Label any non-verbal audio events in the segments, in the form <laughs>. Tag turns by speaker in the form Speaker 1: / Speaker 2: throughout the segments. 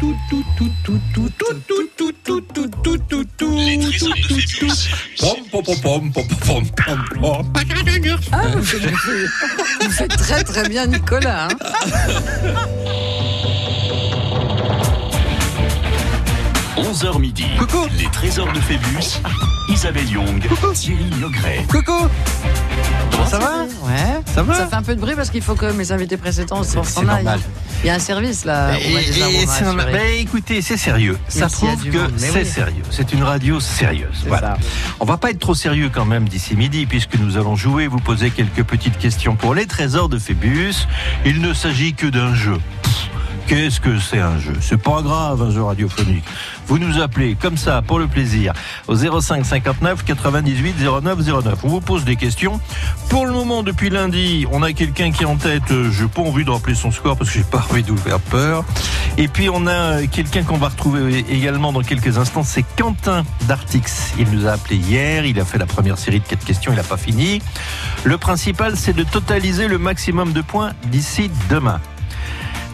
Speaker 1: tout, tout, tout, tout, tout, tout, tout, tout, tout, tout, tout, tout, tout, tout. Pom, pom, pom, pom, pom, pom, pom, pom.
Speaker 2: Ah, vous, faites, vous faites très très bien Nicolas. hein.
Speaker 3: midi.
Speaker 1: Coucou.
Speaker 3: Les trésors de Phébus. Isabelle Young. Thierry Logret.
Speaker 1: Coucou, ça va
Speaker 2: Ah, Ouais.
Speaker 1: ça
Speaker 2: Ça
Speaker 1: va
Speaker 2: fait un peu de bruit parce qu'il faut que mes invités précédents s'en
Speaker 1: C'est
Speaker 2: s'en aillent.
Speaker 1: normal.
Speaker 2: Il y a un service là. on va
Speaker 4: Et-
Speaker 2: déjà
Speaker 4: et
Speaker 2: vous
Speaker 4: c'est normal.
Speaker 2: rassurer.
Speaker 4: Ben, écoutez, c'est sérieux. Ça
Speaker 2: Même s'il y a
Speaker 4: prouve
Speaker 2: du
Speaker 4: que
Speaker 2: monde, mais
Speaker 4: c'est
Speaker 2: oui.
Speaker 4: sérieux. C'est une radio sérieuse.
Speaker 2: C'est
Speaker 4: Voilà.
Speaker 2: ça.
Speaker 4: On va pas être trop sérieux quand même d'ici midi, puisque nous allons jouer, vous poser quelques petites questions pour les trésors de Phébus. Il ne s'agit que d'un jeu. Pff, Qu'est-ce que c'est un jeu C'est pas grave un jeu radiophonique. Vous nous appelez comme ça pour le plaisir au 05 59 98 09 09. On vous pose des questions. Pour le moment, depuis lundi, on a quelqu'un qui est en tête. Euh, J'ai pas envie de rappeler son score parce que j'ai pas envie de vous faire peur. Et puis on a euh, quelqu'un qu'on va retrouver également dans quelques instants, c'est Quentin d'Artix. Il nous a appelé hier, il a fait la première série de quatre questions, il n'a pas fini. Le principal, c'est de totaliser le maximum de points d'ici demain.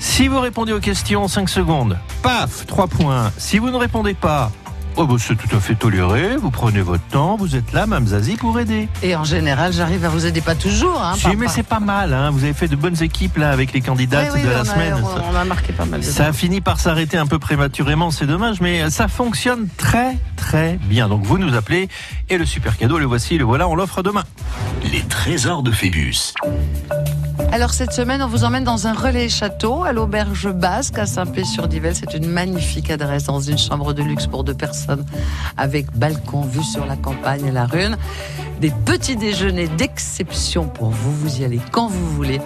Speaker 4: Si vous répondez aux questions en 5 secondes, paf, 3 points. Si vous ne répondez pas, oh bah, c'est tout à fait toléré, vous prenez votre temps, vous êtes là, Mme Zazie, pour aider.
Speaker 2: Et en général, j'arrive à vous aider pas toujours. Hein,
Speaker 4: Si,
Speaker 2: par-
Speaker 4: mais
Speaker 2: par-
Speaker 4: c'est pas mal, hein, vous avez fait de bonnes équipes là avec les
Speaker 2: Oui,
Speaker 4: candidates
Speaker 2: oui,
Speaker 4: de
Speaker 2: oui,
Speaker 4: la
Speaker 2: on a-
Speaker 4: semaine.
Speaker 2: on- On a marqué pas mal de
Speaker 4: Ça
Speaker 2: temps.
Speaker 4: a fini par s'arrêter un peu prématurément, c'est dommage, mais ça fonctionne très très bien. Donc vous nous appelez et le super cadeau, le voici, le voilà, on l'offre demain.
Speaker 3: Les trésors de Phébus.
Speaker 2: Alors cette semaine, on vous emmène dans un relais château à l'auberge basque à Saint-Pé-sur-Divelle. C'est une magnifique adresse dans une chambre de luxe pour deux personnes avec balcon vue sur la campagne et la rune. Des petits déjeuners d'exception pour vous. Vous y allez quand vous voulez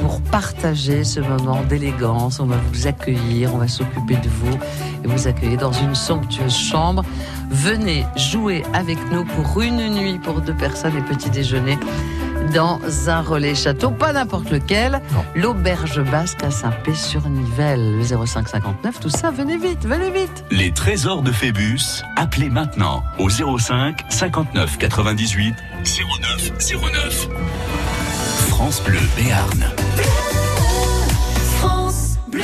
Speaker 2: pour partager ce moment d'élégance. On va vous accueillir, on va s'occuper de vous et vous accueillir dans une somptueuse chambre. Venez jouer avec nous pour une nuit pour deux personnes et petit déjeuner dans un relais château, pas n'importe lequel,
Speaker 4: Non.
Speaker 2: l'auberge basque à Saint-Pé-sur-Nivelle, le 05 59, tout ça, venez vite, venez vite.
Speaker 3: Les trésors de Phébus. Appelez maintenant au 05 59 98 09 09. France Bleu Béarn.
Speaker 5: France Bleu.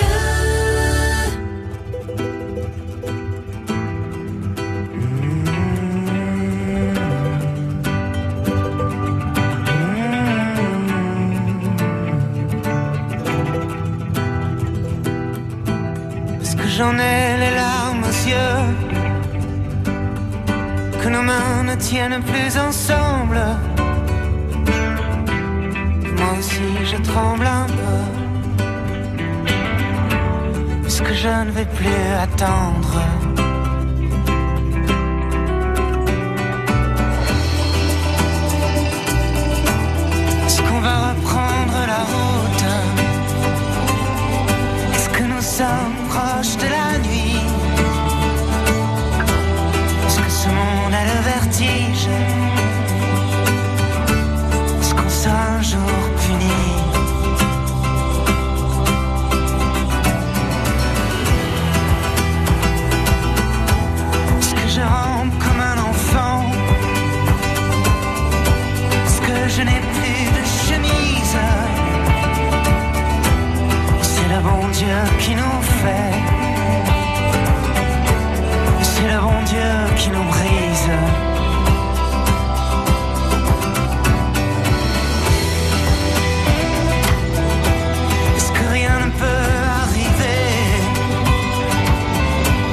Speaker 6: Parce que j'en ai les larmes aux yeux Que nos mains ne tiennent plus ensemble Moi aussi je tremble un peu Parce que je ne vais plus attendre Est-ce qu'on va reprendre la route est-ce que nous sommes proches de la nuit Est-ce que ce monde a le vertige Est-ce qu'on sera un jour puni Est-ce que je rampe comme un enfant Est-ce que je n'ai plus de chemise c'est le bon Dieu qui nous fait. C'est le bon Dieu qui nous brise. Est-ce que rien ne peut arriver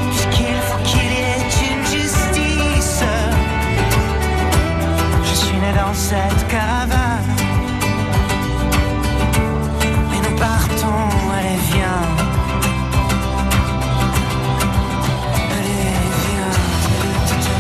Speaker 6: Puisqu'il faut qu'il y ait une justice. Je suis né dans cette caravane. Et nous partons, allez viens Allez viens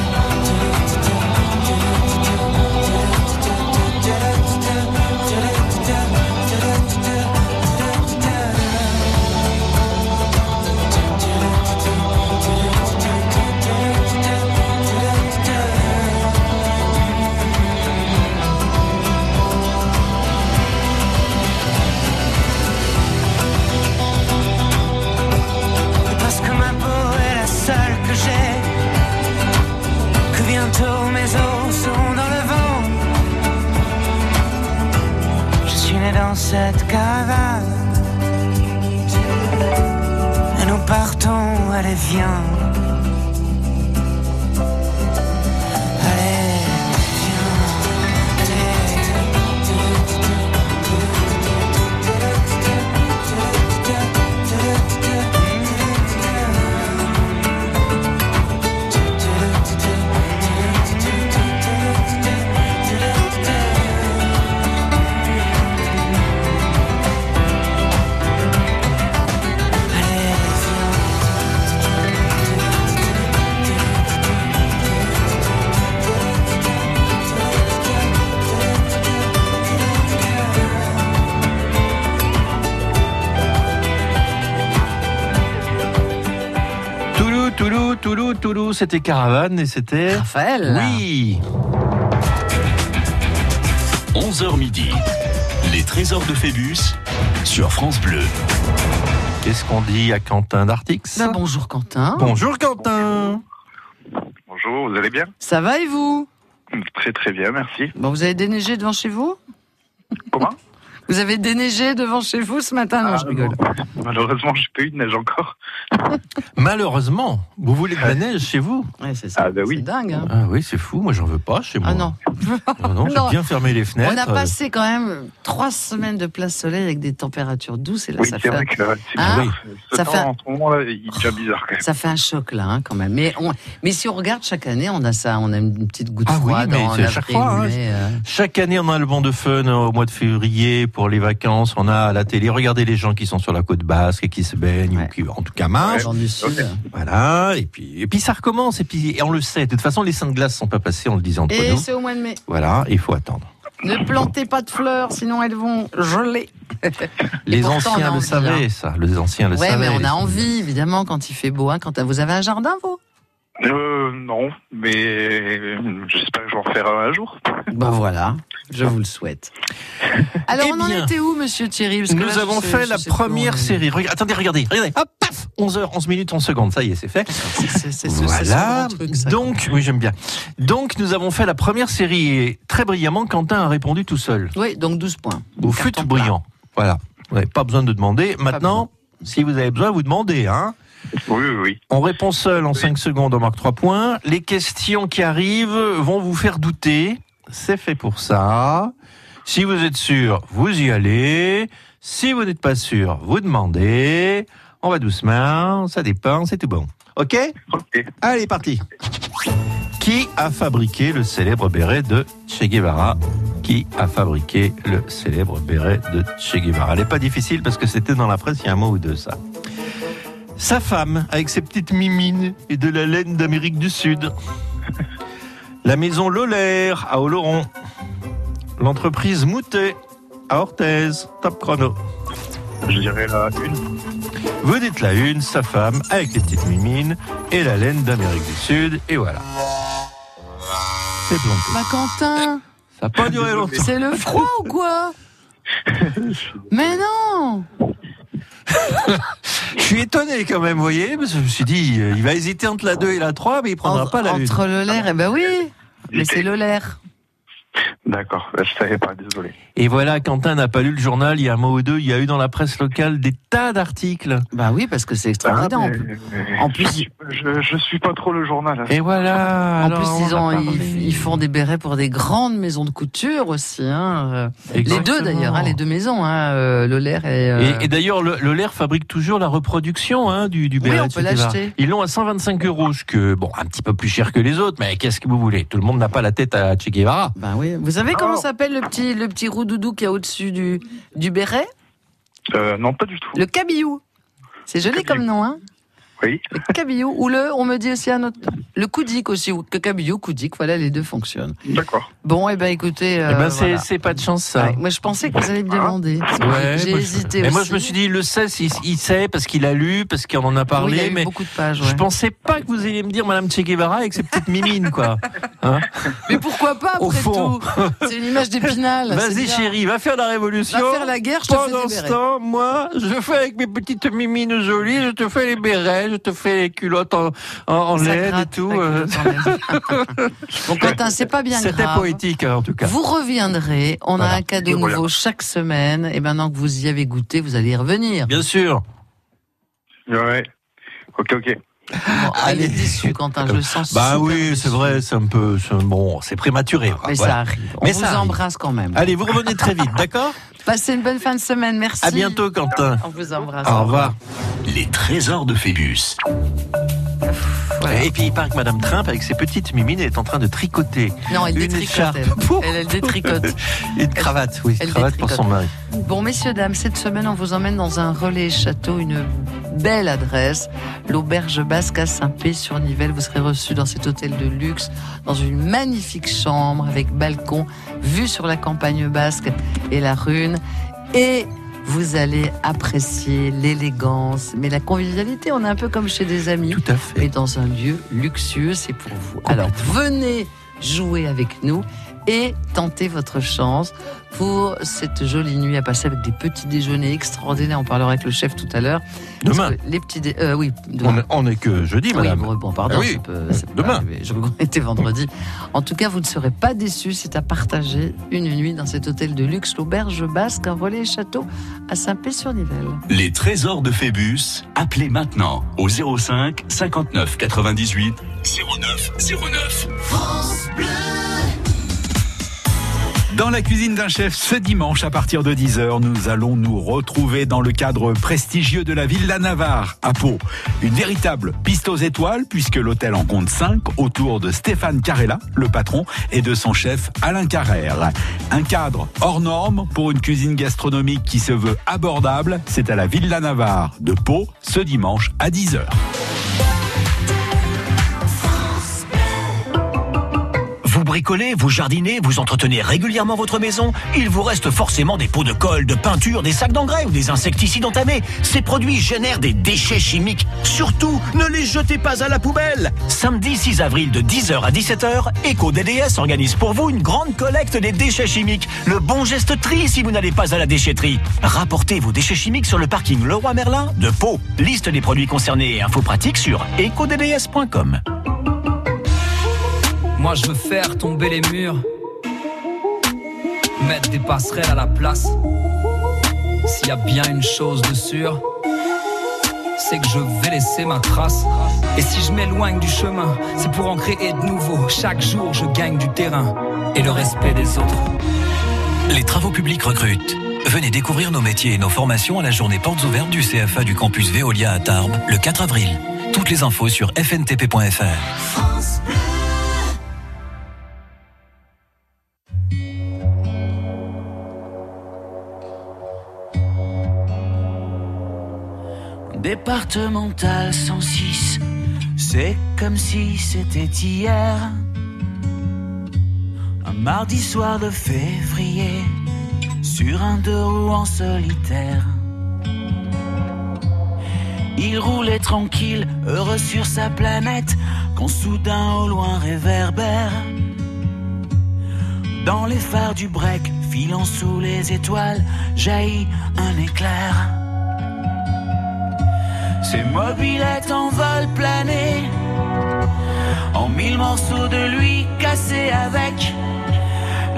Speaker 6: Parce que ma peau est la seule que j'ai Que bientôt mes os seront dans le vent Je suis né dans cette caravane Et nous partons,
Speaker 7: allez viens. Allez, viens.
Speaker 4: Toulouse, Toulouse, Toulouse, Toulouse, c'était Caravane et c'était...
Speaker 2: Raphaël.
Speaker 4: Oui
Speaker 3: 11h midi, les trésors de Phébus sur France Bleu.
Speaker 4: Qu'est-ce qu'on dit à Quentin d'Artix
Speaker 2: Ben, bonjour Quentin.
Speaker 4: Bonjour Quentin
Speaker 8: Bonjour, vous allez bien
Speaker 2: Ça va et vous
Speaker 8: Très très bien, merci.
Speaker 2: Bon, vous avez déneigé devant chez vous
Speaker 8: Comment
Speaker 2: Vous avez déneigé devant chez vous ce matin Non,
Speaker 8: Ah,
Speaker 2: je rigole.
Speaker 8: non. Malheureusement, j'ai pas eu de neige encore.
Speaker 4: Malheureusement, vous voulez de la neige chez vous
Speaker 2: Ouais, c'est ça.
Speaker 8: Ah, bah oui.
Speaker 2: C'est dingue. hein.
Speaker 4: Ah oui, c'est fou, moi j'en veux pas chez moi.
Speaker 2: Ah non.
Speaker 4: Non, non, j'ai
Speaker 2: Non.
Speaker 4: bien fermé les
Speaker 2: On
Speaker 4: fenêtres.
Speaker 2: a passé quand même trois semaines de plein soleil avec des températures douces et là
Speaker 8: oui,
Speaker 2: ça
Speaker 8: c'est
Speaker 2: fait.
Speaker 8: vrai que euh, c'est
Speaker 2: Ah,
Speaker 8: bizarre. Ce
Speaker 2: ça
Speaker 8: temps,
Speaker 2: fait-
Speaker 8: en ce moment-là, il devient bizarre quand même.
Speaker 2: Ça fait un choc là, hein, quand même. Mais, on- mais si on regarde chaque année, on a ça, on a une petite goutte
Speaker 4: Ah oui,
Speaker 2: froide
Speaker 4: mais
Speaker 2: en
Speaker 4: c'est à chaque
Speaker 2: avril,
Speaker 4: fois, hein.
Speaker 2: mai, euh.
Speaker 4: Chaque année, on a le banc de fun euh, au mois de février pour les vacances. On a à la télé, regardez les gens qui sont sur la côte basque et qui se baignent,
Speaker 2: Ouais.
Speaker 4: ou qui, en tout cas, marchent.
Speaker 2: Genre du sud.
Speaker 8: ok.
Speaker 4: Voilà. Et puis, et puis ça recommence. Et puis, et on le sait. De toute façon, les seins de glace sont pas passés, on le disait entre
Speaker 2: Et
Speaker 4: nous.
Speaker 2: c'est au mois de mai.
Speaker 4: Voilà. Il faut attendre.
Speaker 2: Ne plantez pas de fleurs, sinon elles vont geler.
Speaker 4: Les
Speaker 2: pourtant, on a
Speaker 4: anciens le
Speaker 2: envie, hein.
Speaker 4: savaient, ça. Les anciens le
Speaker 2: ouais,
Speaker 4: savaient.
Speaker 2: mais on
Speaker 4: les-
Speaker 2: a envie, évidemment, quand il fait beau. Hein, quand vous avez un jardin, vous
Speaker 8: Euh, non, mais euh, j'espère que je vais en faire un un jour.
Speaker 2: Ben voilà, je vous le souhaite. Alors,
Speaker 4: Eh
Speaker 2: on en
Speaker 4: bien,
Speaker 2: était où, monsieur Thierry Parce que là,
Speaker 4: Nous
Speaker 2: je
Speaker 4: avons
Speaker 2: sais-
Speaker 4: fait
Speaker 2: je
Speaker 4: la
Speaker 2: sais plus où on
Speaker 4: première
Speaker 2: est.
Speaker 4: série. Rega- attendez, regardez, regardez. Hop, paf 11h, 11 minutes, 11 secondes. Ça y est, c'est fait.
Speaker 2: C'est- c'est- c'est- c'est- c'est
Speaker 4: Voilà.
Speaker 2: ce grand truc, ça.
Speaker 4: Donc, oui, j'aime bien. Donc, nous avons fait la première série et très brillamment, Quentin a répondu tout seul.
Speaker 2: Oui, donc 12 points.
Speaker 4: Au
Speaker 2: Carton
Speaker 4: fut
Speaker 2: plat.
Speaker 4: brillant. Voilà. Vous n'avez pas besoin de demander. Maintenant, si vous avez besoin, vous demandez. Hein.
Speaker 8: Oui, oui, oui.
Speaker 4: On répond seul en 5 secondes, on marque 3 points. Les questions qui arrivent vont vous faire douter. C'est fait pour ça. Si vous êtes sûr, vous y allez. Si vous n'êtes pas sûr, vous demandez. On va doucement, ça dépend, c'est tout bon. OK
Speaker 8: Ok.
Speaker 4: Allez, parti. Qui a fabriqué le célèbre béret de Che Guevara Qui a fabriqué le célèbre béret de Che Guevara Elle n'est pas difficile parce que c'était dans la presse il y a un mois ou deux, ça. Sa femme, avec ses petites mimines et de la laine d'Amérique du Sud. La maison Lolaire à Oloron. L'entreprise Moutet à Orthez. Top chrono.
Speaker 8: Je dirais la une.
Speaker 4: Vous dites la une, sa femme, avec les petites mimines et la laine d'Amérique du Sud, et voilà. C'est planté.
Speaker 2: Bah, Quentin,
Speaker 4: Ça n'a pas duré
Speaker 2: <laughs>
Speaker 4: longtemps.
Speaker 2: c'est le froid ou quoi Mais non
Speaker 4: Je suis étonné quand même, vous voyez, parce que je me suis dit, euh, il va hésiter entre la 2 et la 3, mais il prendra
Speaker 2: Entre-
Speaker 4: pas la 1.
Speaker 2: Entre le l'air, eh ben oui Mais c'est le l'air.
Speaker 8: D'accord, je savais pas, désolé.
Speaker 4: Et voilà, Quentin n'a pas lu le journal il y a un mois ou deux, il y a eu dans la presse locale des tas d'articles.
Speaker 2: Bah oui, parce
Speaker 4: Ah,
Speaker 2: que c'est extraordinaire. En plus- en plus-
Speaker 8: je, Ah, je, je suis pas trop le journal. hein.
Speaker 4: Et voilà.
Speaker 2: En
Speaker 4: alors,
Speaker 2: plus, ils,
Speaker 4: on
Speaker 2: ont-
Speaker 4: a parlé.
Speaker 2: ils, ils font des bérets pour des grandes maisons de couture aussi. Hein. euh, Les
Speaker 4: Exactement.
Speaker 2: deux d'ailleurs, hein, les deux maisons, hein, euh, le l'air et... euh,
Speaker 4: Et, et d'ailleurs, le, le Lair fabrique toujours la reproduction hein, du, du
Speaker 2: Oui,
Speaker 4: béret
Speaker 2: on
Speaker 4: de
Speaker 2: peut
Speaker 4: Cetera.
Speaker 2: l'acheter.
Speaker 4: Ils l'ont à 125 euros, ce que bon, un petit peu plus cher que les autres, mais qu'est-ce que vous voulez Tout le monde n'a pas la tête à Che Guevara.
Speaker 2: Ben oui. Vous
Speaker 4: Ah
Speaker 2: savez comment
Speaker 8: Oh.
Speaker 2: s'appelle le petit, le petit roux-doudou qui est au-dessus du, du béret
Speaker 8: Euh, non, pas du tout.
Speaker 2: Le cabillou. C'est joli comme
Speaker 8: cabillou.
Speaker 2: nom, hein
Speaker 8: Oui.
Speaker 2: Le cabillou. Ou le, on me dit aussi un autre. Le coudic aussi, ou que cabillou, coudic, voilà, les deux fonctionnent.
Speaker 8: D'accord.
Speaker 2: Bon, et ben écoutez. euh,
Speaker 4: eh ben, c'est
Speaker 2: voilà.
Speaker 4: c'est pas de chance ça.
Speaker 2: Ouais, moi, je pensais que vous alliez me demander.
Speaker 4: Hein. Ouais,
Speaker 2: J'ai
Speaker 4: moi, je-
Speaker 2: hésité
Speaker 4: Mais
Speaker 2: aussi.
Speaker 4: moi, je me suis dit, il le sait, il, il sait parce qu'il a lu, parce qu'il en a
Speaker 2: Oui, il y a
Speaker 4: parlé,
Speaker 2: eu
Speaker 4: mais.
Speaker 2: beaucoup de pages. ouais.
Speaker 4: Je pensais pas que vous alliez me dire Madame Che Guevara avec ses petites
Speaker 2: <laughs>
Speaker 4: mimines, quoi.
Speaker 2: Mais pourquoi pas,
Speaker 4: Au
Speaker 2: après
Speaker 4: fond.
Speaker 2: tout
Speaker 4: <laughs>
Speaker 2: C'est une image d'épinal. c'est
Speaker 4: Vas-y,
Speaker 2: bien.
Speaker 4: chérie, va faire la révolution.
Speaker 2: Va faire la guerre, je te fais
Speaker 4: Pendant
Speaker 2: des
Speaker 4: ce
Speaker 2: bérets.
Speaker 4: temps, moi, je fais avec mes petites mimines jolies, je te fais les bérets, je te fais les culottes en, en, en
Speaker 2: Ça
Speaker 4: laine et
Speaker 2: gratte,
Speaker 4: tout.
Speaker 2: ça
Speaker 4: euh,
Speaker 2: gratte en
Speaker 4: <laughs>
Speaker 2: laine. bon, Quentin, c'est pas bien
Speaker 4: C'était
Speaker 2: grave.
Speaker 4: poétique, hein, en tout cas.
Speaker 2: Vous reviendrez, on a
Speaker 4: Voilà.
Speaker 2: un cadeau
Speaker 8: Voilà.
Speaker 2: nouveau chaque semaine, et maintenant que vous y avez goûté, vous allez y revenir.
Speaker 4: Bien sûr.
Speaker 8: Ouais. Ok, ok.
Speaker 2: Bon, ah, il est
Speaker 4: Allez.
Speaker 2: déçu, Quentin, je le sens.
Speaker 4: Bah
Speaker 2: super
Speaker 4: oui,
Speaker 2: déçu.
Speaker 4: c'est vrai, c'est un peu. c'est- Bon, c'est prématuré. quoi,
Speaker 2: Mais
Speaker 4: voilà.
Speaker 2: ça arrive. On
Speaker 4: Mais
Speaker 2: vous
Speaker 4: ça arrive.
Speaker 2: embrasse quand même.
Speaker 4: Allez, vous revenez
Speaker 2: <laughs>
Speaker 4: très vite, d'accord
Speaker 2: Passez une bonne fin de semaine. Merci.
Speaker 4: À bientôt, Quentin.
Speaker 2: On vous embrasse.
Speaker 4: Au revoir.
Speaker 3: Les trésors de Phébus.
Speaker 2: Voilà.
Speaker 4: Et puis il paraît que Madame Trimpe, avec ses petites mimines, est en train de tricoter
Speaker 2: Non, elle
Speaker 4: Une
Speaker 2: détricote.
Speaker 4: écharpe.
Speaker 2: Elle,
Speaker 4: Pour-
Speaker 2: Elle- elle
Speaker 4: <laughs>
Speaker 2: détricote.
Speaker 4: une cravate, oui,
Speaker 2: elle
Speaker 4: cravate pour son
Speaker 2: détricote.
Speaker 4: mari.
Speaker 2: Bon, messieurs, dames, cette semaine, on vous emmène dans un relais château, une belle adresse, l'auberge basque à Saint-Pé-sur-Nivelle. Vous serez reçus dans cet hôtel de luxe, dans une magnifique chambre avec balcon, vue sur la campagne basque et la rune. Et vous allez apprécier l'élégance, mais la convivialité. On est un peu comme chez des amis.
Speaker 4: Tout à fait.
Speaker 2: mais dans un lieu luxueux, c'est pour vous. Alors venez jouer avec nous et tentez votre chance pour cette jolie nuit à passer avec des petits déjeuners extraordinaires. On parlera avec le chef tout à l'heure. Parce
Speaker 4: Demain.
Speaker 2: que Les petits dé- euh, oui,
Speaker 4: On
Speaker 2: demain.
Speaker 4: est- On n'est que jeudi,
Speaker 2: Oui,
Speaker 4: Madame.
Speaker 2: bon, bon, pardon,
Speaker 4: Ah oui,
Speaker 2: ça peut- ça peut
Speaker 4: demain.
Speaker 2: arriver. Je regrettais vendredi. En tout cas, vous ne serez pas déçus. C'est à partager une nuit dans cet hôtel de luxe, l'auberge basque, un relais château à Saint-Pé-sur-Nivelle.
Speaker 3: Les trésors de Phébus. Appelez maintenant au 05 59 98 09 09.
Speaker 9: Dans la cuisine d'un chef, ce dimanche à partir de 10h, nous allons nous retrouver dans le cadre prestigieux de la ville La Navarre, à Pau. Une véritable piste aux étoiles, puisque l'hôtel en compte 5 autour de Stéphane Carella, le patron, et de son chef Alain Carrère. Un cadre hors norme pour une cuisine gastronomique qui se veut abordable, c'est à la ville La Navarre de Pau, ce dimanche à 10h.
Speaker 10: Vous bricolez, vous jardinez, vous entretenez régulièrement votre maison, il vous reste forcément des pots de colle, de peinture, des sacs d'engrais ou des insecticides entamés. Ces produits génèrent des déchets chimiques. Surtout, ne les jetez pas à la poubelle. Samedi 6 avril de 10h à 17h, EcoDDS organise pour vous une grande collecte des déchets chimiques. Le bon geste tri si vous n'allez pas à la déchetterie. Rapportez vos déchets chimiques sur le parking Leroy Merlin de Pau. Liste des produits concernés et infos pratiques sur ecodds.com.
Speaker 11: Moi je veux faire tomber les murs, mettre des passerelles à la place. S'il y a bien une chose de sûre, c'est que je vais laisser ma trace. Et si je m'éloigne du chemin, c'est pour en créer de nouveau. Chaque jour je gagne du terrain et le respect des autres.
Speaker 10: Les travaux publics recrutent. Venez découvrir nos métiers et nos formations à la journée portes ouvertes du CFA du campus Veolia à Tarbes le 4 avril. Toutes les infos sur fntp.fr.
Speaker 7: Départemental 106, c'est comme si c'était hier. Un mardi soir de février, sur un deux roues en solitaire. Il roulait tranquille, heureux sur sa planète, quand soudain au loin réverbère. Dans les phares du break, filant sous les étoiles, jaillit un éclair. Ces mobilettes en vol plané En mille morceaux de lui cassés avec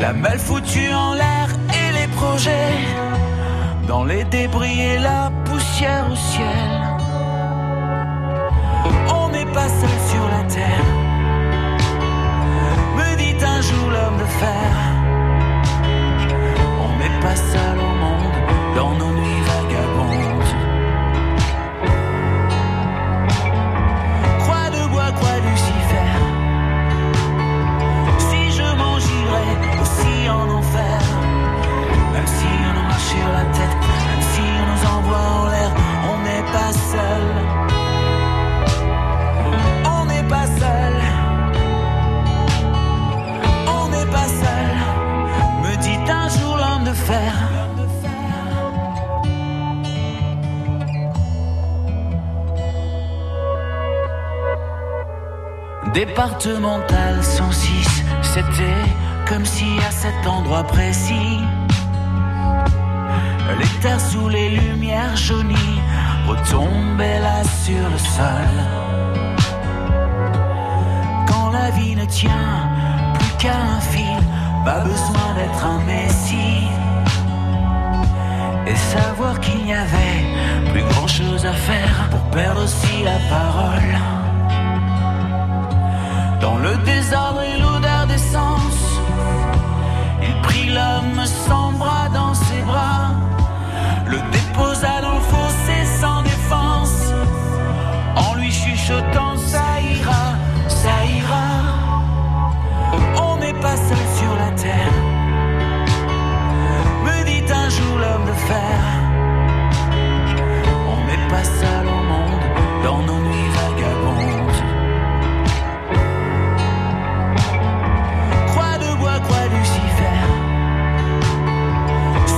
Speaker 7: La malle foutue en l'air et les projets Dans les débris et la poussière au ciel On n'est pas seul sur la terre Me dit un jour l'homme de fer On n'est pas seul au monde Dans nos nuits vagabondes Croix de bois, croix Lucifer. Si je m'en j'irai aussi en enfer. Même si on nous marche sur la tête, même si on nous envoie en l'air, on n'est pas seul. On n'est pas seul. On n'est pas seul. Me dit un jour l'homme de fer. Départemental 106, c'était comme si à cet endroit précis, les terres sous les lumières jaunies retombaient là sur le sol. Quand la vie ne tient plus qu'à un fil, pas besoin d'être un messie. et savoir qu'il n'y avait plus grand chose à faire pour perdre aussi la parole. Dans le désordre et l'odeur d'essence, il prit l'homme sans bras dans ses bras, le déposa dans le fossé sans défense, en lui chuchotant ça ira, ça ira. On n'est pas seul sur la terre me dit un jour l'homme de fer. On n'est pas seul au monde dans nos nuits vagabondes. Croix de bois, croix Lucifer.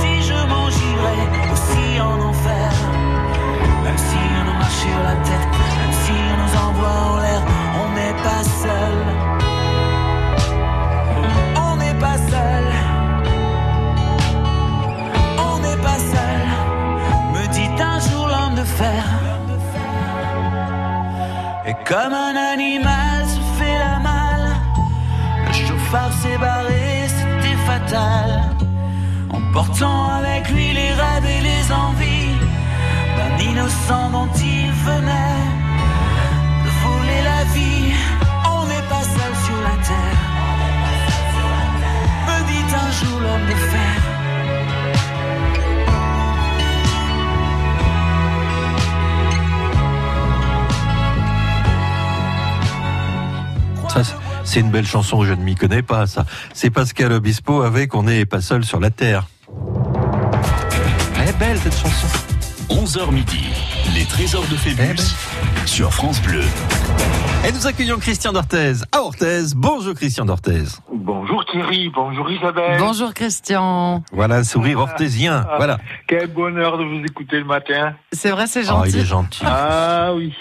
Speaker 7: Si je m'en irais aussi en enfer, même si on nous marche sur la tête, même si on nous envoie en l'air, on n'est pas seul. On n'est pas seul. On n'est pas seul, me dit un jour l'homme de fer. Et comme un animal se fait la malle, le chauffard s'est barré, c'était fatal. En portant avec lui les rêves et les envies d'un innocent dont il venait de voler la vie. On n'est pas seul sur la terre, me dit un jour l'homme de fer.
Speaker 4: Ça, c'est- c'est une belle chanson, je ne m'y connais pas, ça. C'est Pascal Obispo avec On n'est pas seul sur la terre. Elle est belle, cette chanson.
Speaker 3: 11h midi, les trésors de Phébus sur France Bleu.
Speaker 4: Et nous accueillons Christian d'Orthez à Orthez. Bonjour, Christian d'Orthez.
Speaker 8: Bonjour Thierry, bonjour Isabelle.
Speaker 2: Bonjour Christian.
Speaker 4: Voilà un sourire orthésien.
Speaker 8: Ah,
Speaker 4: Voilà.
Speaker 8: Quel bonheur de vous écouter le matin.
Speaker 2: C'est vrai, c'est
Speaker 4: Oh, il
Speaker 2: gentil.
Speaker 4: est gentil.
Speaker 8: Ah oui.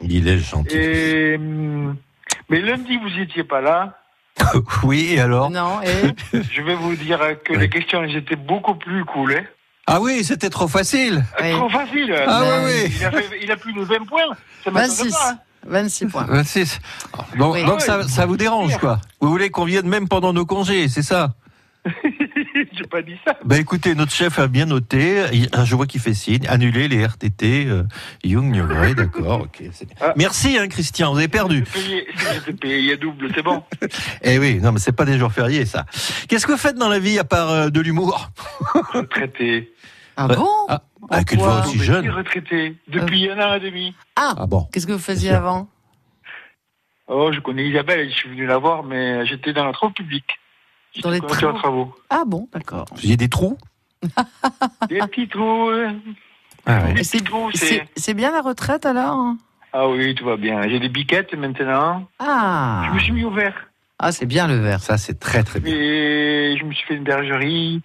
Speaker 4: Il est gentil.
Speaker 8: Et, hum, mais lundi, vous n'étiez pas là.
Speaker 4: <laughs> Oui, et alors
Speaker 2: non, et
Speaker 8: Je vais vous dire que les questions elles étaient beaucoup plus cool. hein.
Speaker 4: Ah oui, c'était trop facile.
Speaker 2: Oui.
Speaker 8: Trop facile.
Speaker 4: Ah
Speaker 2: Ben
Speaker 4: oui, oui.
Speaker 8: Il, a fait- il a plus de 20 points. Ça m'étonne
Speaker 2: 26.
Speaker 8: pas. hein. <laughs>
Speaker 2: 26
Speaker 4: Ah,
Speaker 2: points.
Speaker 4: <laughs> 26. Donc,
Speaker 2: Oui.
Speaker 4: donc ça, ça vous dérange, quoi. Vous voulez qu'on vienne même pendant nos congés, c'est ça
Speaker 8: J'ai pas dit ça.
Speaker 4: Ben écoutez, notre chef a bien noté. Il- ah, Je vois qu'il fait signe. Annuler les RTT. euh, Young Newgray, d'accord. ok. c'est bien.
Speaker 8: Ah.
Speaker 4: Merci, hein, Christian. Vous avez perdu.
Speaker 8: Payé- J'étais payé double,
Speaker 4: <laughs>
Speaker 8: c'est bon.
Speaker 4: Eh oui, non, mais c'est pas des jours fériés, ça. Qu'est-ce que vous faites dans la vie à part euh, de l'humour
Speaker 8: Retraité.
Speaker 2: Ah
Speaker 4: Ouais.
Speaker 2: bon
Speaker 4: Ah, Avec une voix
Speaker 2: quoi
Speaker 4: aussi
Speaker 8: Je suis
Speaker 4: jeune.
Speaker 8: retraité depuis un an et demi.
Speaker 2: Ah,
Speaker 4: Ah bon.
Speaker 2: qu'est-ce que vous faisiez
Speaker 4: Bien sûr.
Speaker 2: avant
Speaker 8: Oh, je connais Isabelle, je suis venu la voir, mais j'étais dans la travaux publics.
Speaker 2: Dans les
Speaker 8: J'étais
Speaker 2: travaux.
Speaker 8: en travaux.
Speaker 2: Ah bon, d'accord.
Speaker 4: Vous faisiez des trous
Speaker 8: Des petits trous, euh,
Speaker 4: ah,
Speaker 8: des
Speaker 4: ouais.
Speaker 2: Et c'est-
Speaker 8: petits trous, c'est...
Speaker 2: C'est c'est bien la retraite alors hein
Speaker 8: Ah oui, tout va bien. J'ai des biquettes maintenant.
Speaker 2: Ah,
Speaker 8: Je me suis mis ouvert.
Speaker 2: ah c'est bien le verre.
Speaker 4: Ça, c'est très, très bien.
Speaker 8: Et je me suis fait une bergerie.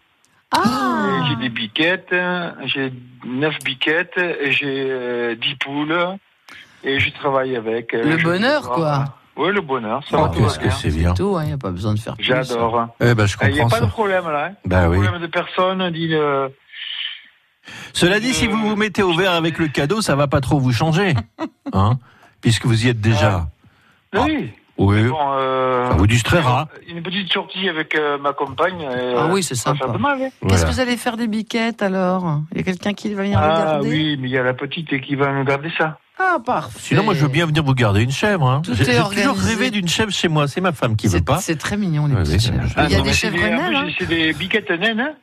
Speaker 2: Ah,
Speaker 8: Et J'ai des biquettes. J'ai neuf biquettes. et J'ai euh, dix poules. Et je travaille avec. euh,
Speaker 2: Le
Speaker 8: je
Speaker 2: bonheur,
Speaker 8: vais voir.
Speaker 2: quoi.
Speaker 8: Oui, le bonheur. Ça
Speaker 4: Oh,
Speaker 8: va tout
Speaker 4: qu'est-ce
Speaker 8: va
Speaker 4: que
Speaker 8: bien.
Speaker 4: c'est bien.
Speaker 2: tout, il n'y a pas besoin de
Speaker 8: Euh,
Speaker 2: faire plus.
Speaker 8: J'adore.
Speaker 4: Eh ben, je
Speaker 8: hein. Ah, Il n'y a
Speaker 4: comprends
Speaker 8: pas de
Speaker 4: ça.
Speaker 8: problème là. hein.
Speaker 4: Bah oui.
Speaker 8: Problème de personne, dit le.
Speaker 4: Cela dit, si vous vous mettez au vert avec le cadeau, ça va pas trop vous changer, hein Puisque vous y êtes déjà. Ah.
Speaker 8: Oui.
Speaker 4: Oui.
Speaker 8: Bon, euh,
Speaker 4: Ça vous distraira.
Speaker 8: Une petite sortie avec euh, ma compagne. et,
Speaker 2: Ah
Speaker 8: euh,
Speaker 2: oui, c'est
Speaker 8: ça va faire
Speaker 2: sympa.
Speaker 8: de mal. hein.
Speaker 2: Qu'est-ce
Speaker 4: Voilà.
Speaker 2: que vous allez faire des biquettes alors Il y a quelqu'un qui va venir
Speaker 8: Ah
Speaker 2: regarder
Speaker 8: oui, mais il y a la petite qui va nous garder ça.
Speaker 2: Ah, parfait.
Speaker 4: Sinon, moi, je veux bien venir vous garder une chèvre. Hein.
Speaker 2: Tout
Speaker 4: J'ai
Speaker 2: est
Speaker 4: j'ai toujours
Speaker 2: organisé.
Speaker 4: rêvé d'une chèvre chez moi. C'est ma femme qui veut
Speaker 2: C'est-
Speaker 4: pas.
Speaker 2: C'est très mignon, les
Speaker 4: Oui,
Speaker 2: petites
Speaker 4: oui,
Speaker 2: chèvres.
Speaker 4: je- Ah,
Speaker 2: Il y a
Speaker 8: non,
Speaker 2: des
Speaker 8: mais c'est
Speaker 2: chèvres
Speaker 8: des- en
Speaker 2: naines,
Speaker 8: plus,
Speaker 2: hein
Speaker 8: C'est des biquettes naines, hein.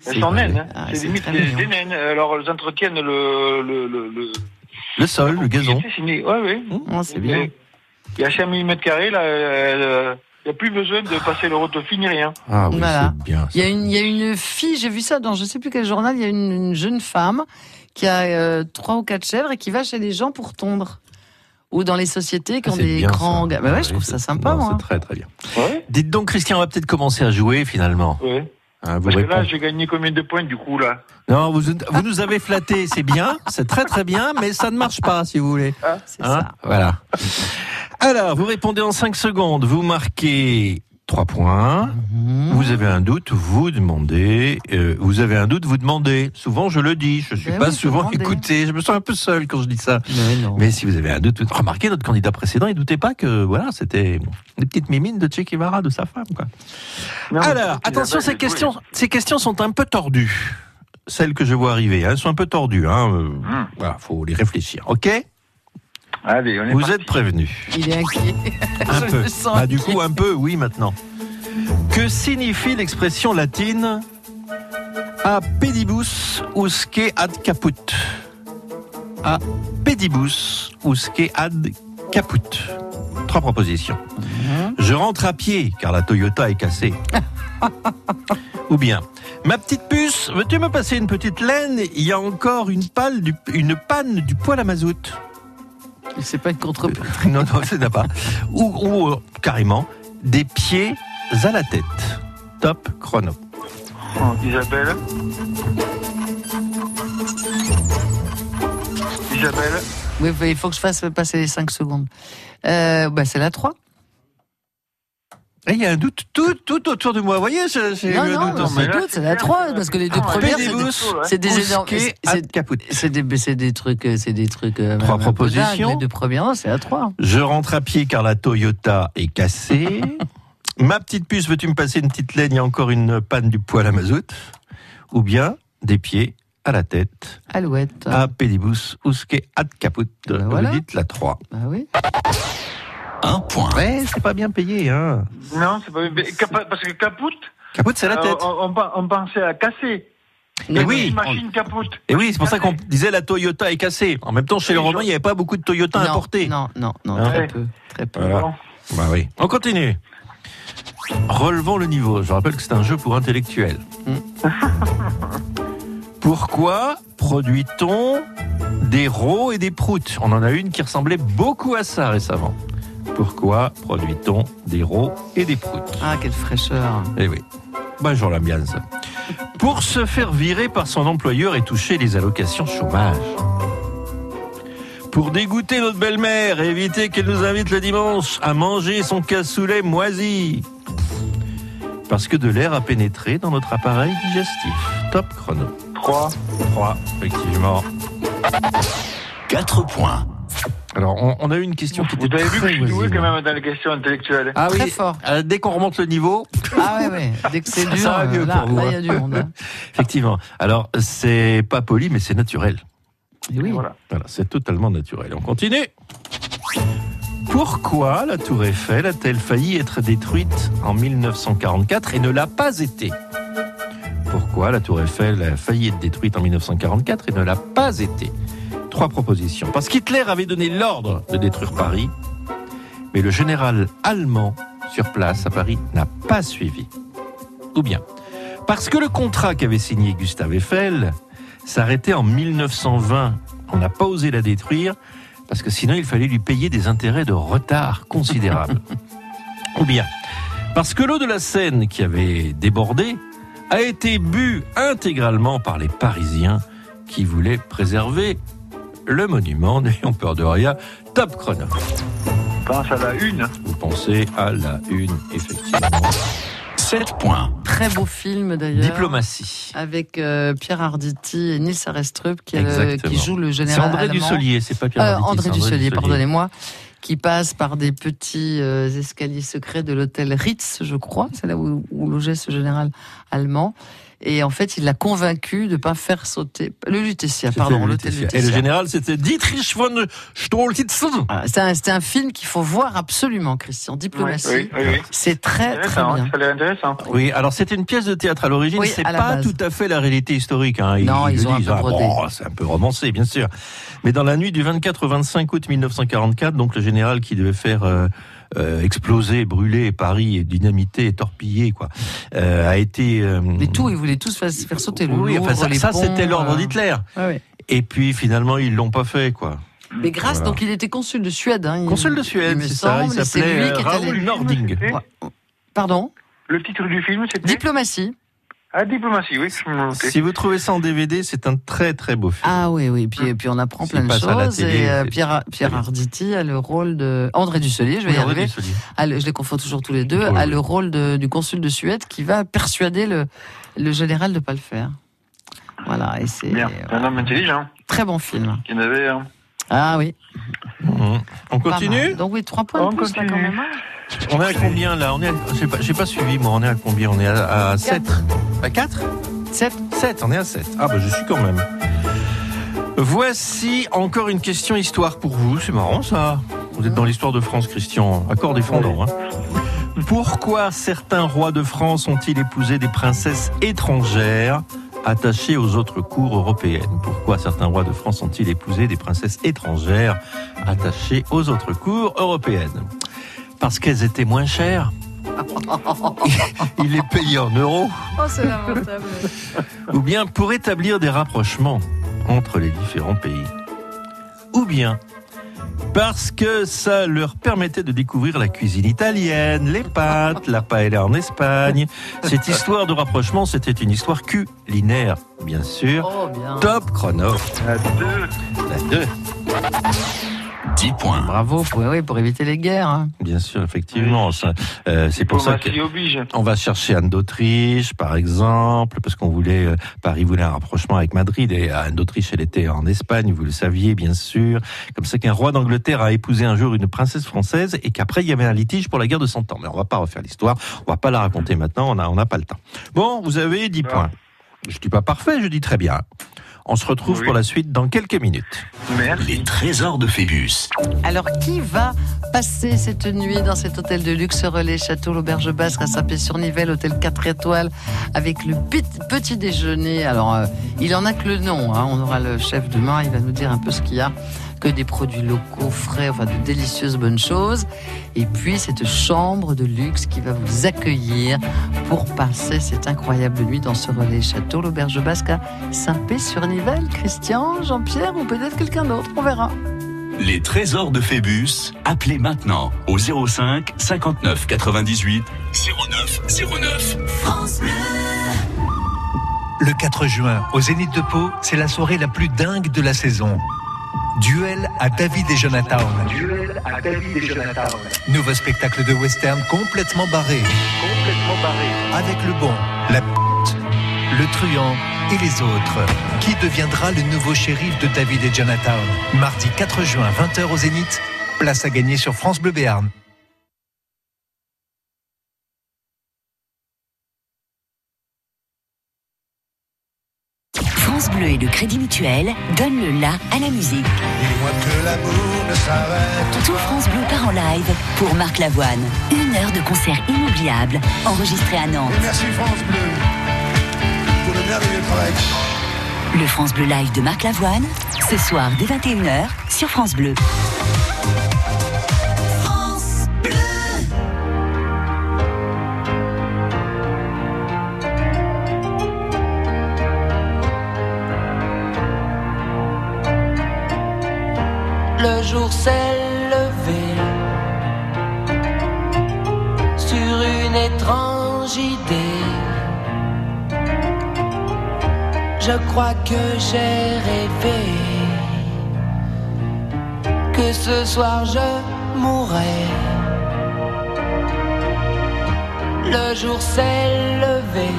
Speaker 4: C'est
Speaker 8: Elles sont
Speaker 4: vrai.
Speaker 8: naines, hein.
Speaker 2: Ah, c'est
Speaker 8: c'est limite
Speaker 2: très
Speaker 8: des,
Speaker 2: mignon.
Speaker 8: des naines. Alors elles entretiennent le. le, le, le...
Speaker 4: Le sol, le gazon.
Speaker 8: C'est fini. Ouais, ouais.
Speaker 2: Ah, C'est bien.
Speaker 8: Et Il y a 5000 mètres carrés, là. elle, euh, Il n'y a plus besoin de passer le rotofi ni rien.
Speaker 4: Ah oui,
Speaker 2: Voilà.
Speaker 4: c'est bien. ça.
Speaker 2: Il y, a une, il y a une fille, j'ai vu ça dans je sais plus quel journal, il y a une, une jeune femme qui a euh, trois ou quatre chèvres et qui va chez les gens pour tondre. Ou dans les sociétés qui
Speaker 4: Ah,
Speaker 2: ont
Speaker 4: c'est
Speaker 2: des
Speaker 4: bien,
Speaker 2: grands...
Speaker 4: ça.
Speaker 2: ga- Bah ouais,
Speaker 4: Ah
Speaker 2: je
Speaker 4: oui,
Speaker 2: trouve ça
Speaker 4: c'est-
Speaker 2: sympa,
Speaker 4: non,
Speaker 2: moi.
Speaker 4: C'est très, très bien.
Speaker 8: Ouais.
Speaker 4: Dites donc, Christian, on va peut-être commencer à jouer, finalement.
Speaker 8: ouais.
Speaker 4: Hein, vous
Speaker 8: Parce que là,
Speaker 4: répondez.
Speaker 8: j'ai gagné combien de points du coup, là
Speaker 4: Non, vous, vous nous avez flatté, c'est bien, c'est très très bien, mais ça ne marche pas, si vous voulez.
Speaker 2: C'est
Speaker 4: Hein,
Speaker 2: ça.
Speaker 4: Voilà. Alors, vous répondez en 5 secondes, vous marquez 3 points.
Speaker 2: Mhm.
Speaker 4: Vous avez un doute, vous demandez. euh, vous avez un doute, vous demandez. Souvent, je le dis. Je suis
Speaker 2: Ben
Speaker 4: pas
Speaker 2: oui,
Speaker 4: souvent
Speaker 2: demandez.
Speaker 4: écouté. Je me sens un peu seul quand je dis ça.
Speaker 2: Mais non.
Speaker 4: Mais si vous avez un doute, vous- remarquez notre candidat précédent, il doutait pas que voilà, c'était des petites mimines de Che Guevara, de sa femme. Quoi.
Speaker 8: Non, mais
Speaker 4: Alors,
Speaker 8: écoute,
Speaker 4: attention,
Speaker 8: Isabelle,
Speaker 4: ces
Speaker 8: elle est douée.
Speaker 4: questions, ces questions sont un peu tordues. celles que je vois arriver. hein. Elles sont un peu tordues. Hein. euh,
Speaker 2: Hum.
Speaker 4: Voilà, faut les réfléchir. Ok
Speaker 8: Allez, on est
Speaker 4: Vous
Speaker 8: parti.
Speaker 4: êtes prévenus.
Speaker 2: Il est inquiet. <laughs>
Speaker 4: Un
Speaker 2: Je
Speaker 4: peu.
Speaker 2: le sens
Speaker 4: Ah, du
Speaker 2: inquiet.
Speaker 4: coup, un peu, oui, maintenant. Que signifie l'expression latine a pedibus usque ad caput A pedibus usque ad caput. Trois propositions.
Speaker 2: Mhm.
Speaker 4: Je rentre à pied car la Toyota
Speaker 2: <laughs>
Speaker 4: est cassée. Ou bien, ma petite puce, veux-tu me passer une petite laine Il y a encore une, palle du- une panne du poêle à mazout.
Speaker 2: C'est pas une contre
Speaker 4: <laughs> Non, non, ça n'a pas. Ou, ou, euh, carrément, des pieds à la tête. Top chrono.
Speaker 8: Oh, Isabelle Isabelle
Speaker 2: Oui, oui, il faut que je fasse passer les 5 secondes. Euh, bah, c'est la 3.
Speaker 4: Et Eh, il y a un doute tout, tout autour de moi. Vous voyez, c'est c'est
Speaker 2: Non,
Speaker 4: le
Speaker 2: non,
Speaker 4: doute
Speaker 2: non,
Speaker 4: en
Speaker 2: c'est
Speaker 4: moi.
Speaker 2: doute, c'est la 3, parce que les deux
Speaker 8: Ah,
Speaker 2: premières, c'est des, hein.
Speaker 4: Pédibus,
Speaker 2: c'est des énormes.
Speaker 4: usque
Speaker 2: c'est-
Speaker 4: ad caput.
Speaker 2: C'est des, c'est des trucs. euh, C'est des trucs euh,
Speaker 4: Trois
Speaker 2: un peu dingues.
Speaker 4: propositions.
Speaker 2: Les deux premières, non, c'est la 3.
Speaker 4: Je rentre à pied car la Toyota est cassée.
Speaker 2: <laughs>
Speaker 4: Ma petite puce, veux-tu me passer une petite laine Il y a encore une panne du poil à mazout. Ou bien des pieds à la tête.
Speaker 2: Alouette.
Speaker 4: A pedibus usque ad caput. Vous
Speaker 2: Ah. Ben voilà.
Speaker 4: dites la 3.
Speaker 2: Bah oui.
Speaker 3: Un point.
Speaker 4: Ouais, c'est pas bien payé. Hein.
Speaker 8: Non, c'est pas. mais capa- Parce que capote,
Speaker 4: Caput, c'est la
Speaker 8: euh,
Speaker 4: tête.
Speaker 8: on, on pen- on pensait à casser.
Speaker 4: Mais Eh oui.
Speaker 8: Une machine capote.
Speaker 4: Et oui, c'est pour ça qu'on disait la Toyota est cassée. En même temps, chez les
Speaker 8: Oui,
Speaker 4: Romains,
Speaker 8: je-
Speaker 4: il n'y avait pas beaucoup de Toyota
Speaker 2: non,
Speaker 4: importée.
Speaker 2: Non, non, non,
Speaker 4: Hein
Speaker 2: très
Speaker 8: Ouais.
Speaker 2: peu. Très peu.
Speaker 4: Voilà.
Speaker 8: Bon.
Speaker 4: Bah oui. On continue. Relevons le niveau. Je rappelle que c'est un jeu pour intellectuels. Pourquoi produit-on des rots et des proutes On en a une qui ressemblait beaucoup à ça récemment. Pourquoi produit-on des rots et des proutes
Speaker 2: Ah, quelle fraîcheur.
Speaker 4: Eh oui. Bonjour l'ambiance. Pour se faire virer par son employeur et toucher les allocations chômage. Pour dégoûter notre belle-mère et éviter qu'elle nous invite le dimanche à manger son cassoulet moisi. Parce que de l'air a pénétré dans notre appareil digestif. Top chrono.
Speaker 8: 3.
Speaker 4: 3, effectivement.
Speaker 3: 4 points.
Speaker 4: Alors, on, on a eu une question qui
Speaker 8: Vous
Speaker 4: était
Speaker 8: avez vu que
Speaker 4: très
Speaker 8: je suis doué
Speaker 4: voisine.
Speaker 8: quand même dans les questions intellectuelles.
Speaker 4: Ah oui,
Speaker 2: Très fort.
Speaker 4: euh, dès qu'on remonte le niveau,
Speaker 2: Ah ouais, ouais. Dès que c'est
Speaker 4: <laughs> Ça
Speaker 2: dur,
Speaker 4: va mieux
Speaker 2: euh, là,
Speaker 4: pour vous,
Speaker 2: là, il y a
Speaker 4: hein.
Speaker 2: du monde. hein.
Speaker 4: effectivement. Alors, c'est pas poli, mais c'est naturel.
Speaker 2: Et oui.
Speaker 8: Voilà.
Speaker 4: Voilà, c'est totalement naturel. On continue. Pourquoi la tour Eiffel a-t-elle failli être détruite en 1944 et ne l'a pas été Pourquoi la tour Eiffel a failli être détruite en 1944 et ne l'a pas été Trois propositions. Parce qu'Hitler avait donné l'ordre de détruire Paris, mais le général allemand sur place à Paris n'a pas suivi. Ou bien, parce que le contrat qu'avait signé Gustave Eiffel s'arrêtait en 1920 on n'a pas osé la détruire parce que sinon il fallait lui payer des intérêts de retard considérables.
Speaker 2: <laughs>
Speaker 4: Ou bien parce que l'eau de la Seine qui avait débordé a été bue intégralement par les Parisiens qui voulaient préserver le monument, <laughs> n'ayons peur de rien, top chrono.
Speaker 8: Pense à la une.
Speaker 4: Vous pensez à la une, effectivement.
Speaker 3: 7 points.
Speaker 2: Très beau film d'ailleurs.
Speaker 4: Diplomatie.
Speaker 2: Avec euh, Pierre Arditi et Nils Arestrup qui, est le-
Speaker 4: Exactement.
Speaker 2: qui joue le
Speaker 4: C'est
Speaker 2: général
Speaker 4: André
Speaker 2: allemand.
Speaker 4: Dussolier, c'est pas Pierre
Speaker 2: Euh,
Speaker 4: Arditi,
Speaker 2: André
Speaker 4: c'est
Speaker 2: Dussolier, pardonnez-moi, qui passe par des petits euh, escaliers secrets de l'hôtel Ritz, je crois, c'est là où, où logeait ce général allemand. Et en fait, il l'a convaincu de ne pas faire sauter le Lutetia,
Speaker 4: C'était
Speaker 2: pardon,
Speaker 4: le
Speaker 2: l'hôtel
Speaker 4: Lutetia. Et le
Speaker 2: Lutetia.
Speaker 4: général, c'était Dietrich von Stolzitzen.
Speaker 2: Voilà, C'est un, c'est un film qu'il faut voir absolument, Christian. Diplomatie,
Speaker 8: Oui, oui, oui.
Speaker 2: c'est très Ah, très
Speaker 8: Intéressant, hein,
Speaker 2: bien.
Speaker 8: ça a l'air intéressant.
Speaker 4: Oui, alors c'était une pièce de théâtre à l'origine.
Speaker 2: Oui,
Speaker 4: c'est
Speaker 2: à la
Speaker 4: pas
Speaker 2: base.
Speaker 4: tout à fait la réalité historique. hein.
Speaker 2: Non, ils
Speaker 4: le
Speaker 2: ont un
Speaker 4: disent,
Speaker 2: peu brodé.
Speaker 4: bon, c'est un peu romancé, bien sûr. Mais dans la nuit du 24 au 25 août 1944, donc le général qui devait faire euh, euh, exploser, brûler Paris, et dynamiter, et torpiller, quoi, euh, a été. euh,
Speaker 2: Mais tout, ils voulaient tous faire, faire sauter le
Speaker 4: oui,
Speaker 2: Louvre,
Speaker 4: enfin, ça,
Speaker 2: les
Speaker 4: ça,
Speaker 2: ponts,
Speaker 4: c'était l'ordre
Speaker 2: euh,
Speaker 4: d'Hitler.
Speaker 2: ouais, ouais.
Speaker 4: Et puis finalement, ils l'ont pas fait, quoi.
Speaker 2: Mais grâce,
Speaker 4: Voilà.
Speaker 2: donc il était consul de Suède. hein, il-
Speaker 4: Mm. Consul de
Speaker 2: il
Speaker 4: Suède,
Speaker 2: me
Speaker 4: c'est ça. Il
Speaker 2: semble, et c'est
Speaker 4: s'appelait
Speaker 2: lui qui
Speaker 4: euh,
Speaker 2: est allé-
Speaker 4: Raoul Nording.
Speaker 8: C'était-
Speaker 2: Pardon
Speaker 8: Le titre du film, c'était
Speaker 2: Diplomatie.
Speaker 8: Ah, diplomatie, oui. je me notais.
Speaker 4: Si vous trouvez ça en DVD, c'est un très très beau film.
Speaker 2: Ah oui, oui. Puis, puis on apprend
Speaker 4: Hein. S'il
Speaker 2: plein de
Speaker 4: passe à la
Speaker 2: choses.
Speaker 4: télé,
Speaker 2: et euh,
Speaker 4: c'est-
Speaker 2: Pierre, Pierre
Speaker 4: bien.
Speaker 2: Arditi a le rôle de. André Dusselier, je vais
Speaker 4: Oui,
Speaker 2: y
Speaker 4: Henri
Speaker 2: arriver.
Speaker 4: Dussolier.
Speaker 2: a le- je les confonds toujours tous les deux.
Speaker 4: Oui,
Speaker 2: a
Speaker 4: oui.
Speaker 2: le rôle de- du consul de Suède qui va persuader le, le général de ne pas le faire. Voilà. Et c'est.
Speaker 8: Bien,
Speaker 2: euh,
Speaker 8: c'est un homme intelligent. hein.
Speaker 2: Très bon film.
Speaker 8: Il y en avait un.
Speaker 2: Ah oui.
Speaker 4: Mhm. On
Speaker 2: pas
Speaker 4: continue
Speaker 2: mal. Donc oui, trois points de
Speaker 8: On
Speaker 2: plus là, quand
Speaker 8: continue.
Speaker 2: même. hein.
Speaker 4: On est à combien là On est à- j'ai pas, j'ai pas suivi moi, on est à combien On est à, à 7 À 4
Speaker 2: Sept.
Speaker 4: 7 7, on est à 7. Ah bah je suis quand même. Voici encore une question histoire pour vous. C'est marrant ça. Vous êtes dans l'histoire de France, Christian. Accord défendant. Hein. Pourquoi certains rois de France ont-ils épousé des princesses étrangères attachées aux autres cours européennes Pourquoi certains rois de France ont-ils épousé des princesses étrangères attachées aux autres cours européennes Parce qu'elles étaient moins chères. Il est payé en euros.
Speaker 12: Oh, c'est lamentable.
Speaker 4: ou bien pour établir des rapprochements entre les différents pays, ou bien parce que ça leur permettait de découvrir la cuisine italienne, les pâtes, la paella en Espagne. Cette histoire de rapprochement, c'était une histoire culinaire, bien sûr.
Speaker 2: Oh, bien.
Speaker 4: Top chrono. La 2.
Speaker 3: 10 points.
Speaker 2: Bravo, pour, oui, pour éviter les guerres. hein.
Speaker 4: Bien sûr, effectivement. ça, euh, c'est pour ça que.
Speaker 8: Diplomatie oblige.
Speaker 4: On va chercher Anne d'Autriche, par exemple, parce qu'on voulait, euh, Paris voulait un rapprochement avec Madrid, et Anne d'Autriche, elle était en Espagne, vous le saviez, bien sûr. Comme ça qu'un roi d'Angleterre a épousé un jour une princesse française, et qu'après, il y avait un litige pour la guerre de Cent Ans. Mais on va pas refaire l'histoire, on va pas la raconter maintenant, on n'a on n'a pas le temps. Bon, vous avez 10 points. Je dis pas parfait, je dis très bien. On se retrouve
Speaker 8: Oui.
Speaker 4: pour la suite dans quelques minutes.
Speaker 8: Merci.
Speaker 3: Les trésors de Phébus.
Speaker 2: Alors, qui va passer cette nuit dans cet hôtel de luxe relais Château, l'auberge basque à Saint-Pé-sur-Nivelle, hôtel 4 étoiles, avec le pit- petit déjeuner Alors, euh, il en a que le nom. hein. On aura le chef demain, il va nous dire un peu ce qu'il y a. Que des produits locaux frais, enfin de délicieuses bonnes choses. Et puis cette chambre de luxe qui va vous accueillir pour passer cette incroyable nuit dans ce relais château, l'auberge basque à Saint-Pé-sur-Nivelle. Christian, Jean-Pierre ou peut-être quelqu'un d'autre, on verra.
Speaker 3: Les trésors de Phébus. Appelez maintenant au 05 59 98 09 09.
Speaker 13: Le 4 juin, au Zénith de Pau, c'est la soirée la plus dingue de la saison. Duel à David et Jonathan.
Speaker 7: Duel à David et Jonathan.
Speaker 13: Nouveau spectacle de western complètement barré.
Speaker 7: Complètement barré.
Speaker 13: Avec le bon, la p***, le truand et les autres. Qui deviendra le nouveau shérif de David et Jonathan Mardi 4 juin, 20h au Zénith. Place à gagner sur France Bleu Béarn.
Speaker 14: France Bleu et le Crédit Mutuel donnent le la à la musique. Tout France Bleu part en live pour Marc Lavoine. Une heure de concert inoubliable enregistré à Nantes.
Speaker 13: Merci France Bleu pour le merveilleux travail.
Speaker 14: Le France Bleu Live de Marc Lavoine, ce soir dès 21h sur France Bleu.
Speaker 7: Le jour s'est levé sur une étrange idée. Je crois que j'ai rêvé que ce soir je mourrais. Le jour s'est levé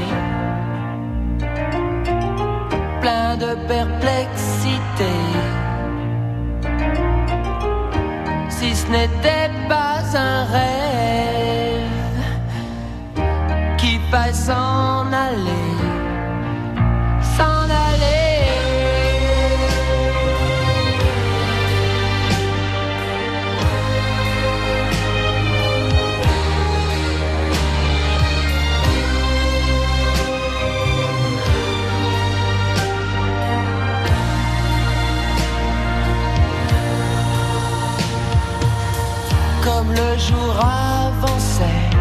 Speaker 7: plein de perplexité. si ce n'était pas un rêve qui fasse s'en aller, s'en aller. comme le jour avançait.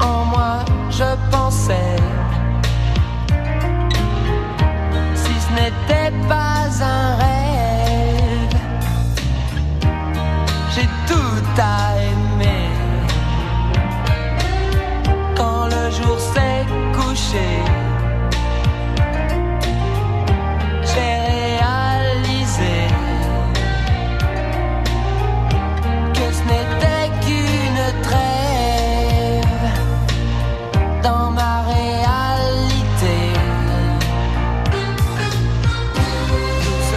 Speaker 7: En moi, je pensais, si ce n'était pas un rêve, j'ai tout à aimer. Quand le jour s'est couché, j'ai réalisé que ce n'était qu'une trêve dans ma réalité. Tout ce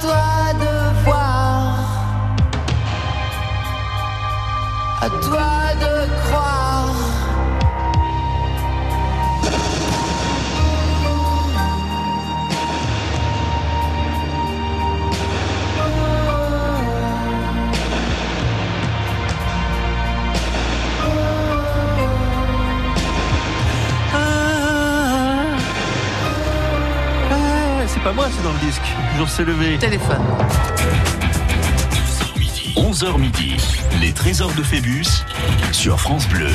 Speaker 12: toi de voir, à toi de croire.
Speaker 4: Ah, c'est pas moi, c'est dans le disque. Toujours s'est levé.
Speaker 2: Téléphone.
Speaker 3: 11h midi, les trésors de Phébus sur France Bleu.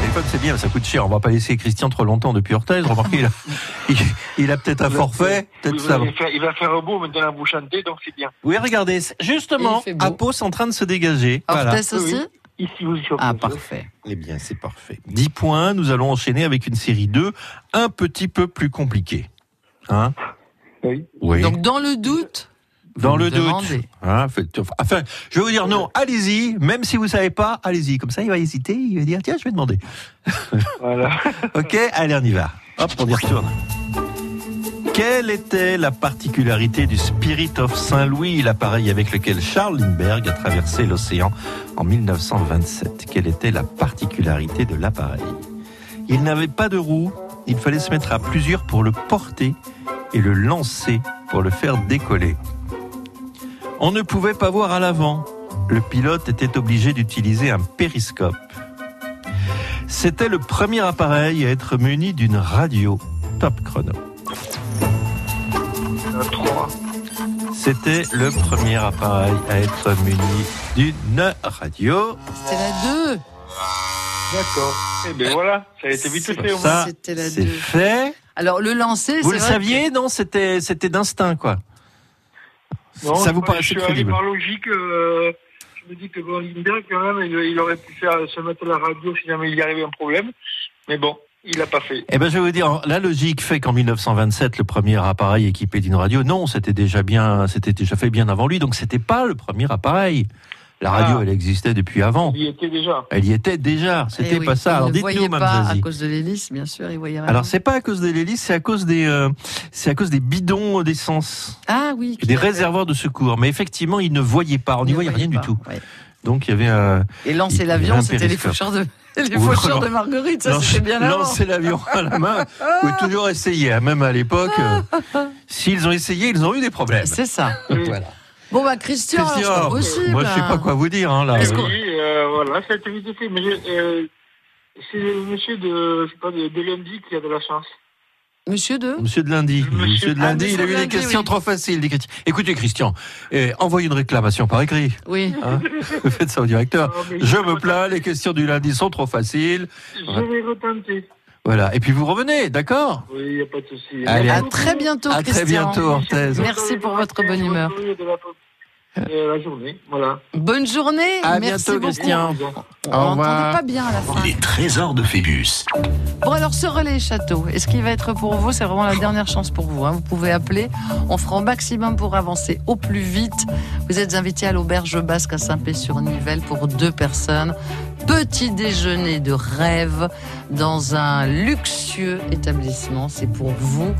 Speaker 4: Téléphone, c'est bien, ça coûte cher. On va pas laisser Christian trop longtemps depuis Orthez. Remarquez, il a, <laughs> il, il a peut-être un forfait. Peut-être
Speaker 8: Oui,
Speaker 4: ça. va.
Speaker 8: il, va faire, il va faire beau maintenant, vous chantez, donc c'est bien.
Speaker 4: Oui, regardez, c'est- justement, Apo c'est en train de se dégager. Voilà.
Speaker 8: Ici aussi.
Speaker 4: Ah, parfait. Eh bien, c'est parfait. 10 points, nous allons enchaîner avec une série 2 un petit peu plus compliquée. Hein
Speaker 8: oui.
Speaker 2: Donc, dans le doute.
Speaker 4: Dans
Speaker 2: vous
Speaker 4: le
Speaker 2: me demandez.
Speaker 4: doute. Hein, faites- enfin, je vais vous dire non, allez-y, même si vous savez pas, allez-y. Comme ça, il va hésiter, il va dire tiens, je vais demander.
Speaker 8: voilà. <laughs>
Speaker 4: ok, allez, on y va. Hop, on y retourne. Quelle était la particularité du Spirit of Saint-Louis, l'appareil avec lequel Charles Lindbergh a traversé l'océan en 1927 Quelle était la particularité de l'appareil Il n'avait pas de roue, il fallait se mettre à plusieurs pour le porter et le lancer pour le faire décoller. On ne pouvait pas voir à l'avant. Le pilote était obligé d'utiliser un périscope. C'était le premier appareil à être muni d'une radio. Top chrono. C'était le premier appareil à être muni d'une radio.
Speaker 2: C'était la 2.
Speaker 8: D'accord. Eh bien voilà, ça a été vite fait. au
Speaker 4: Ça,
Speaker 8: moins.
Speaker 4: c'est fait.
Speaker 2: Alors, le lancer,
Speaker 4: Vous
Speaker 2: c'est
Speaker 4: le
Speaker 2: vrai
Speaker 4: saviez Non, c'était c'était d'instinct, quoi.
Speaker 8: Non,
Speaker 4: ça
Speaker 8: je-
Speaker 4: vous paraissait
Speaker 8: Je suis allé
Speaker 4: crédible
Speaker 8: par logique. euh, je me dis que bon, Lindbergh, quand même, il, il aurait pu faire, se mettre à la radio si jamais il y arrivait un problème. Mais bon, il l'a pas fait.
Speaker 4: Eh ben, je vais vous dire, la logique fait qu'en 1927, le premier appareil équipé d'une radio, non, c'était déjà bien, c'était déjà fait bien avant lui, donc c'était pas le premier appareil. La radio,
Speaker 8: Ah.
Speaker 4: elle existait depuis avant.
Speaker 8: Il y était déjà.
Speaker 4: Elle y était déjà. C'était
Speaker 2: Eh oui,
Speaker 4: pas ça.
Speaker 2: il
Speaker 4: Alors
Speaker 2: ne
Speaker 4: dites-nous,
Speaker 2: voyait
Speaker 4: Mme
Speaker 2: pas à
Speaker 4: Zazie.
Speaker 2: cause de l'hélice, bien sûr, il voyait rien.
Speaker 4: Alors c'est pas à cause de l'hélice, c'est à cause des, euh, c'est à cause des bidons d'essence,
Speaker 2: ah oui,
Speaker 4: et des réservoirs de secours. Mais effectivement, ils ne voyaient pas. On n'y voyait rien du tout. Donc il y avait un.
Speaker 2: Et
Speaker 4: il y
Speaker 2: lancer l'avion,
Speaker 4: avait un
Speaker 2: c'était les
Speaker 4: périscope.
Speaker 2: faucheurs de, <laughs> les
Speaker 4: Oui,
Speaker 2: faucheurs
Speaker 4: alors,
Speaker 2: de Marguerite, ça c'était bien avant.
Speaker 4: Lancer l'avion à
Speaker 2: <laughs>
Speaker 4: la main, vous pouvez toujours essayer. hein, Même à l'époque, euh, s'ils ont essayé, ils ont eu des problèmes.
Speaker 2: C'est ça.
Speaker 4: voilà.
Speaker 2: Bon bah Christian, c'est
Speaker 4: Christian,
Speaker 2: pas possible.
Speaker 4: moi je sais
Speaker 2: hein.
Speaker 4: pas quoi vous dire hein, là.
Speaker 8: Eh oui, euh, voilà, ça a été vite fait. Mais euh, c'est le monsieur de, je sais pas, de, de lundi qui a de la chance.
Speaker 2: Monsieur de
Speaker 4: Monsieur de lundi, Monsieur de
Speaker 2: Ah,
Speaker 4: lundi,
Speaker 2: Monsieur
Speaker 4: il a
Speaker 2: de
Speaker 4: eu des
Speaker 2: Lundi,
Speaker 4: questions
Speaker 2: oui.
Speaker 4: trop faciles. dit Christian. Écoutez Christian, eh, envoyez une réclamation par écrit.
Speaker 2: Oui. <laughs>
Speaker 4: Hein Faites ça au directeur.
Speaker 8: Non, Ah, mais-
Speaker 4: Ah, Je me plains, les questions du lundi sont trop faciles.
Speaker 8: Je vais retenter.
Speaker 4: Voilà. Et puis vous revenez, d'accord
Speaker 8: Oui, il n'y a pas de souci.
Speaker 4: Allez,
Speaker 2: À très bientôt,
Speaker 4: À très
Speaker 2: Christian.
Speaker 4: bientôt, Orthez.
Speaker 2: Merci pour votre bonne humeur.
Speaker 8: De la, euh, la journée, voilà.
Speaker 2: Bonne journée.
Speaker 4: À
Speaker 2: Merci
Speaker 4: bientôt,
Speaker 2: beaucoup.
Speaker 4: Christian.
Speaker 2: On
Speaker 4: Au
Speaker 2: n'entendait
Speaker 4: revoir.
Speaker 2: pas bien à la fin.
Speaker 3: Les trésors de Phébus.
Speaker 2: Bon alors ce relais château, est-ce qu'il va être pour vous C'est vraiment la dernière chance pour vous. hein. Vous pouvez appeler, on fera au maximum pour avancer au plus vite. Vous êtes invité à l'auberge basque à Saint-Pé-sur-Nivelle pour deux personnes. Petit déjeuner de rêve dans un luxueux établissement. C'est pour vous.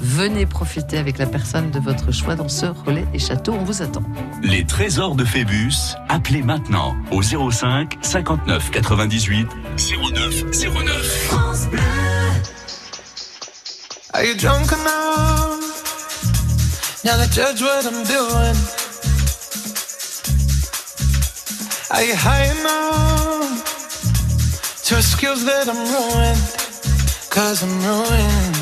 Speaker 2: Venez profiter avec la personne de votre choix dans ce relais et château. On vous attend.
Speaker 3: Les trésors de Phébus, appelez maintenant au 05 59 98 09 09.
Speaker 15: Are you drunk enough? Now to judge what I'm doing. Are you high enough to excuse that I'm ruined? Cause I'm ruined.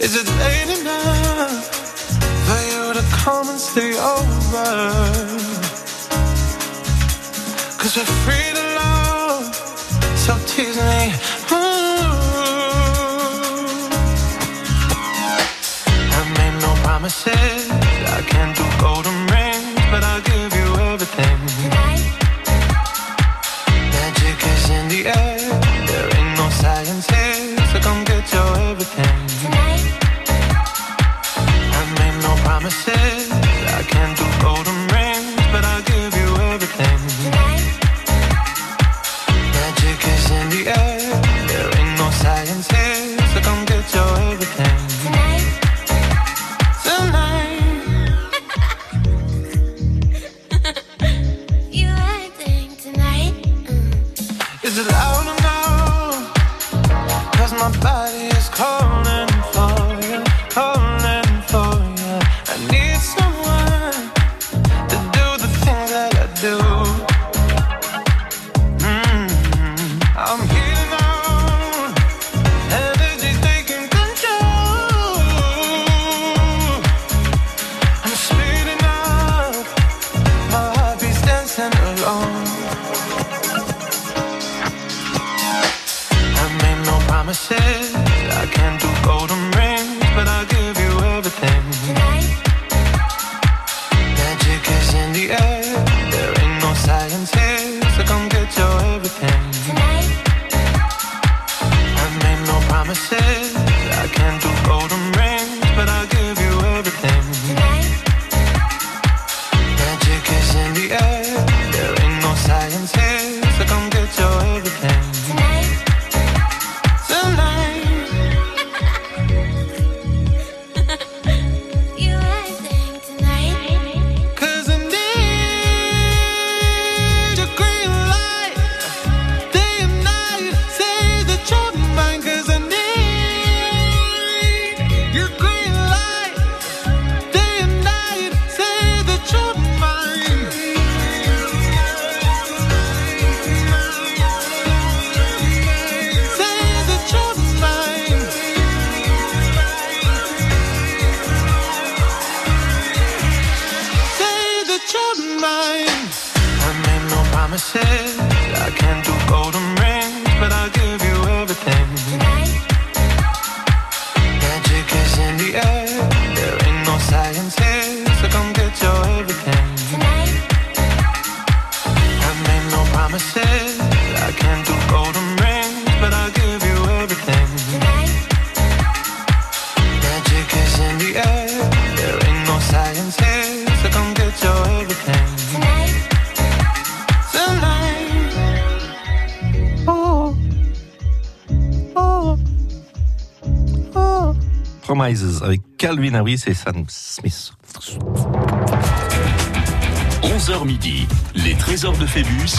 Speaker 15: Is it late enough for you to come and stay over? Cause we're free to love, so tease me. Ooh. I made no promises. I can't do golden rings, but I'll give you everything. Magic is in the air. There ain't no science here, so come get your everything. I made no promises. I can't do golden rings, but I'll give you everything. Magic is in the air. Is it loud enough? Cause my body is calling for you, calling for you. I need someone to do the things that I do. Mm, I'm healing out, energy's taking control. I'm speeding up, my heartbeat's dancing alone. I made no promises. I can't do golden rings, but I'll give you everything. Magic is in the air. There ain't no science here, so come get your everything. I made no promises. I can't do golden rings, but I'll give you everything. Magic is in the air. There ain't no science here, so come get your everything. Tonight. Cause I need your green light. Day and night, say that you're mine. 'Cause I need your green light. Day and night, say that you're mine. Say that you're mine. Say that you're mine. I made no promises. I can't do golden rings, but I'll give you everything. Magic is in the air. There ain't no science here, so come get your everything. I made no promises. I can't do golden rings, but I'll give you everything. Magic is in the air. There ain't no science here, so come get your everything. Tonight. Oh. Oh. Oh.
Speaker 4: Promises avec Calvin Harris et Sam Smith.
Speaker 3: 11h midi, les trésors de Phébus,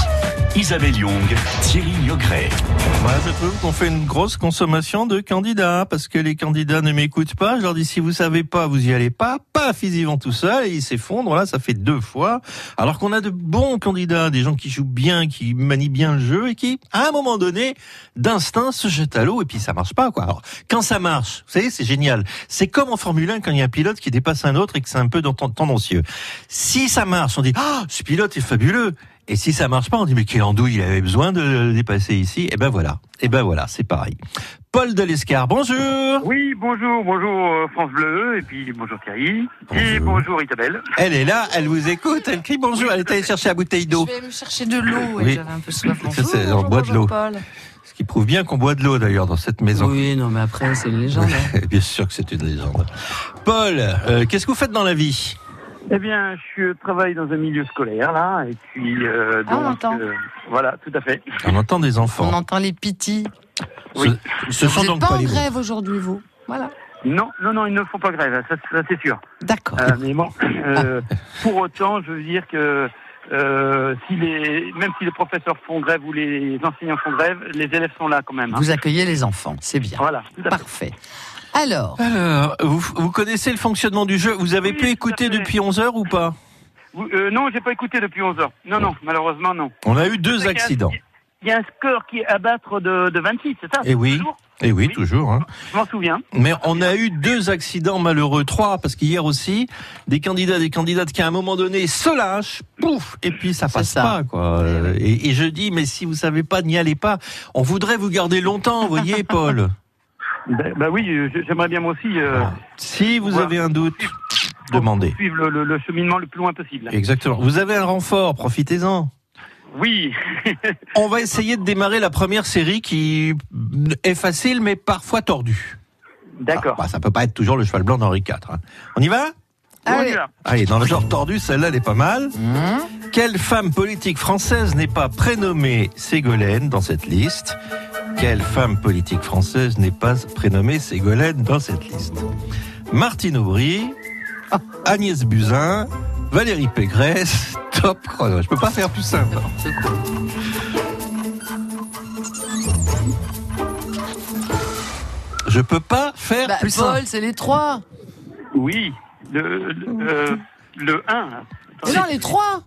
Speaker 3: Isabelle Young, Thierry Niogret.
Speaker 4: Moi, je trouve qu'on fait une grosse consommation de candidats, parce que les candidats ne m'écoutent pas. Je leur dis, si vous savez pas, vous y allez pas. Paf, ils y vont tout seuls et ils s'effondrent. Là, ça fait deux fois. Alors qu'on a de bons candidats, des gens qui jouent bien, qui manient bien le jeu et qui, à un moment donné, d'instinct, se jettent à l'eau et puis ça marche pas, quoi. Alors, quand ça marche, vous savez, c'est génial. C'est comme en Formule 1 quand il y a un pilote qui dépasse un autre et que c'est un peu dans- tendancieux. Si ça marche, on dit, ah, ce pilote est fabuleux. Et si ça marche pas, on dit mais quel andouille, il avait besoin de le dépasser ici. Et ben voilà, et ben voilà, c'est pareil. Paul Delescar, bonjour.
Speaker 1: Oui, bonjour, bonjour euh, France Bleu, et puis bonjour Thierry, et bonjour Isabelle.
Speaker 4: Elle est là, elle vous écoute, elle crie bonjour, elle est allée chercher la bouteille d'eau.
Speaker 2: Je vais me chercher de l'eau. ouais,
Speaker 4: Oui.
Speaker 2: J'avais un peu soif.
Speaker 4: Ça, c'est-
Speaker 2: Bonjour,
Speaker 4: on boit de
Speaker 2: bonjour,
Speaker 4: l'eau.
Speaker 2: Paul.
Speaker 4: Ce qui prouve bien qu'on boit de l'eau d'ailleurs dans cette maison.
Speaker 2: Oui, non, mais après c'est une légende. hein.
Speaker 4: <laughs> bien sûr que c'est une légende. Paul, euh, qu'est-ce que vous faites dans la vie
Speaker 1: Eh bien, je travaille dans un milieu scolaire, là, et puis... euh,
Speaker 2: Ah, on
Speaker 1: donc,
Speaker 2: entend.
Speaker 1: euh, voilà, tout à fait.
Speaker 4: On entend des enfants.
Speaker 2: On entend les pitis.
Speaker 1: Oui.
Speaker 4: Ce, ce
Speaker 2: vous
Speaker 4: sont
Speaker 2: n'êtes
Speaker 4: donc
Speaker 2: pas,
Speaker 4: pas
Speaker 2: en
Speaker 4: les bons.
Speaker 2: grève aujourd'hui, vous. Voilà.
Speaker 1: Non, non, non, ils ne font pas grève, hein, ça, ça, c'est sûr.
Speaker 2: D'accord.
Speaker 1: Euh,
Speaker 2: <laughs>
Speaker 1: mais bon, euh, pour autant, je veux dire que euh, si les, même si les professeurs font grève ou les enseignants font grève, les élèves sont là quand même. hein.
Speaker 2: Vous accueillez les enfants, c'est bien.
Speaker 1: Voilà,
Speaker 2: Parfait. Alors,
Speaker 4: Alors, vous, vous connaissez le fonctionnement du jeu Vous avez pu écouter depuis 11 heures ou pas
Speaker 1: Vous- euh, non, j'ai pas écouté depuis 11 heures. Non, non, malheureusement, non.
Speaker 4: On a eu deux
Speaker 1: C'est qu'il y a-
Speaker 4: accidents.
Speaker 1: Il y a un score qui est à battre de, de 26, c'est ça
Speaker 4: Eh oui, eh oui, toujours. hein.
Speaker 1: Ah, Je m'en souviens.
Speaker 4: Mais on a eu deux accidents malheureux, trois, parce qu'hier aussi, des candidats, des candidates qui à un moment donné se lâchent, pouf, et puis ça passe pas, quoi. Euh, Et, et je dis, mais si vous savez pas, n'y allez pas. On voudrait vous garder longtemps, vous
Speaker 1: <laughs>
Speaker 4: voyez, Paul.
Speaker 1: Ben, ben oui, euh, j- j'aimerais bien moi aussi euh,
Speaker 4: Si vous
Speaker 1: Voilà.
Speaker 4: avez un doute, demandez.
Speaker 1: suivre le, le- le cheminement le plus loin possible.
Speaker 4: Exactement. Vous avez un renfort, profitez-en.
Speaker 1: Oui.
Speaker 4: <laughs> On va essayer de démarrer la première série qui est facile, mais parfois tordue.
Speaker 1: D'accord.
Speaker 4: Ah, bah, ça peut pas être toujours le cheval blanc d'Henri IV. hein. On y va
Speaker 2: Allez.
Speaker 4: Allez, Ah, dans le genre tordu, celle-là, elle est pas mal. Quelle femme politique française n'est pas prénommée Ségolène dans cette liste Quelle femme politique française n'est pas prénommée Ségolène dans cette liste Martine Aubry, Agnès Buzyn, Valérie <laughs> Pégresse, top chrono. Je peux pas faire plus simple. Je peux pas faire
Speaker 2: Bah,
Speaker 4: plus simple.
Speaker 2: Paul, c'est les trois.
Speaker 1: Oui, le, le, euh, le 1.
Speaker 2: Mais non, les trois.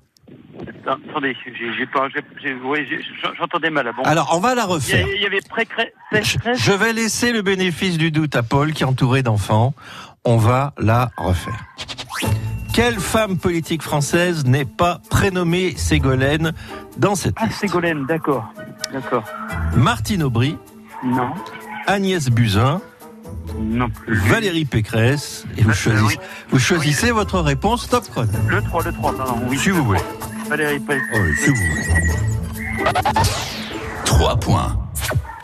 Speaker 1: Attendez, j'ai j'ai pas, j'ai- j'ai- oui, j'ai- j'entendais mal. ah Bon.
Speaker 4: Alors, on va la refaire.
Speaker 1: Il y a- il y avait pré-cré- pré-crèche.
Speaker 4: Je vais laisser le bénéfice du doute à Paul qui est entouré d'enfants. On va la refaire. Quelle femme politique française n'est pas prénommée Ségolène dans cette
Speaker 1: Ah, Ségolène, d'accord. D'accord.
Speaker 4: Martine Aubry
Speaker 1: Non.
Speaker 4: Agnès Buzyn
Speaker 1: Non
Speaker 4: Valérie Pécresse et vous choisissez, vous choisissez votre réponse top chrono.
Speaker 1: Le 3, le 3, pardon. Oui,
Speaker 4: si vous voulez. Oh,
Speaker 1: Valérie Pécresse.
Speaker 4: Oui, si vous voulez. 3 points.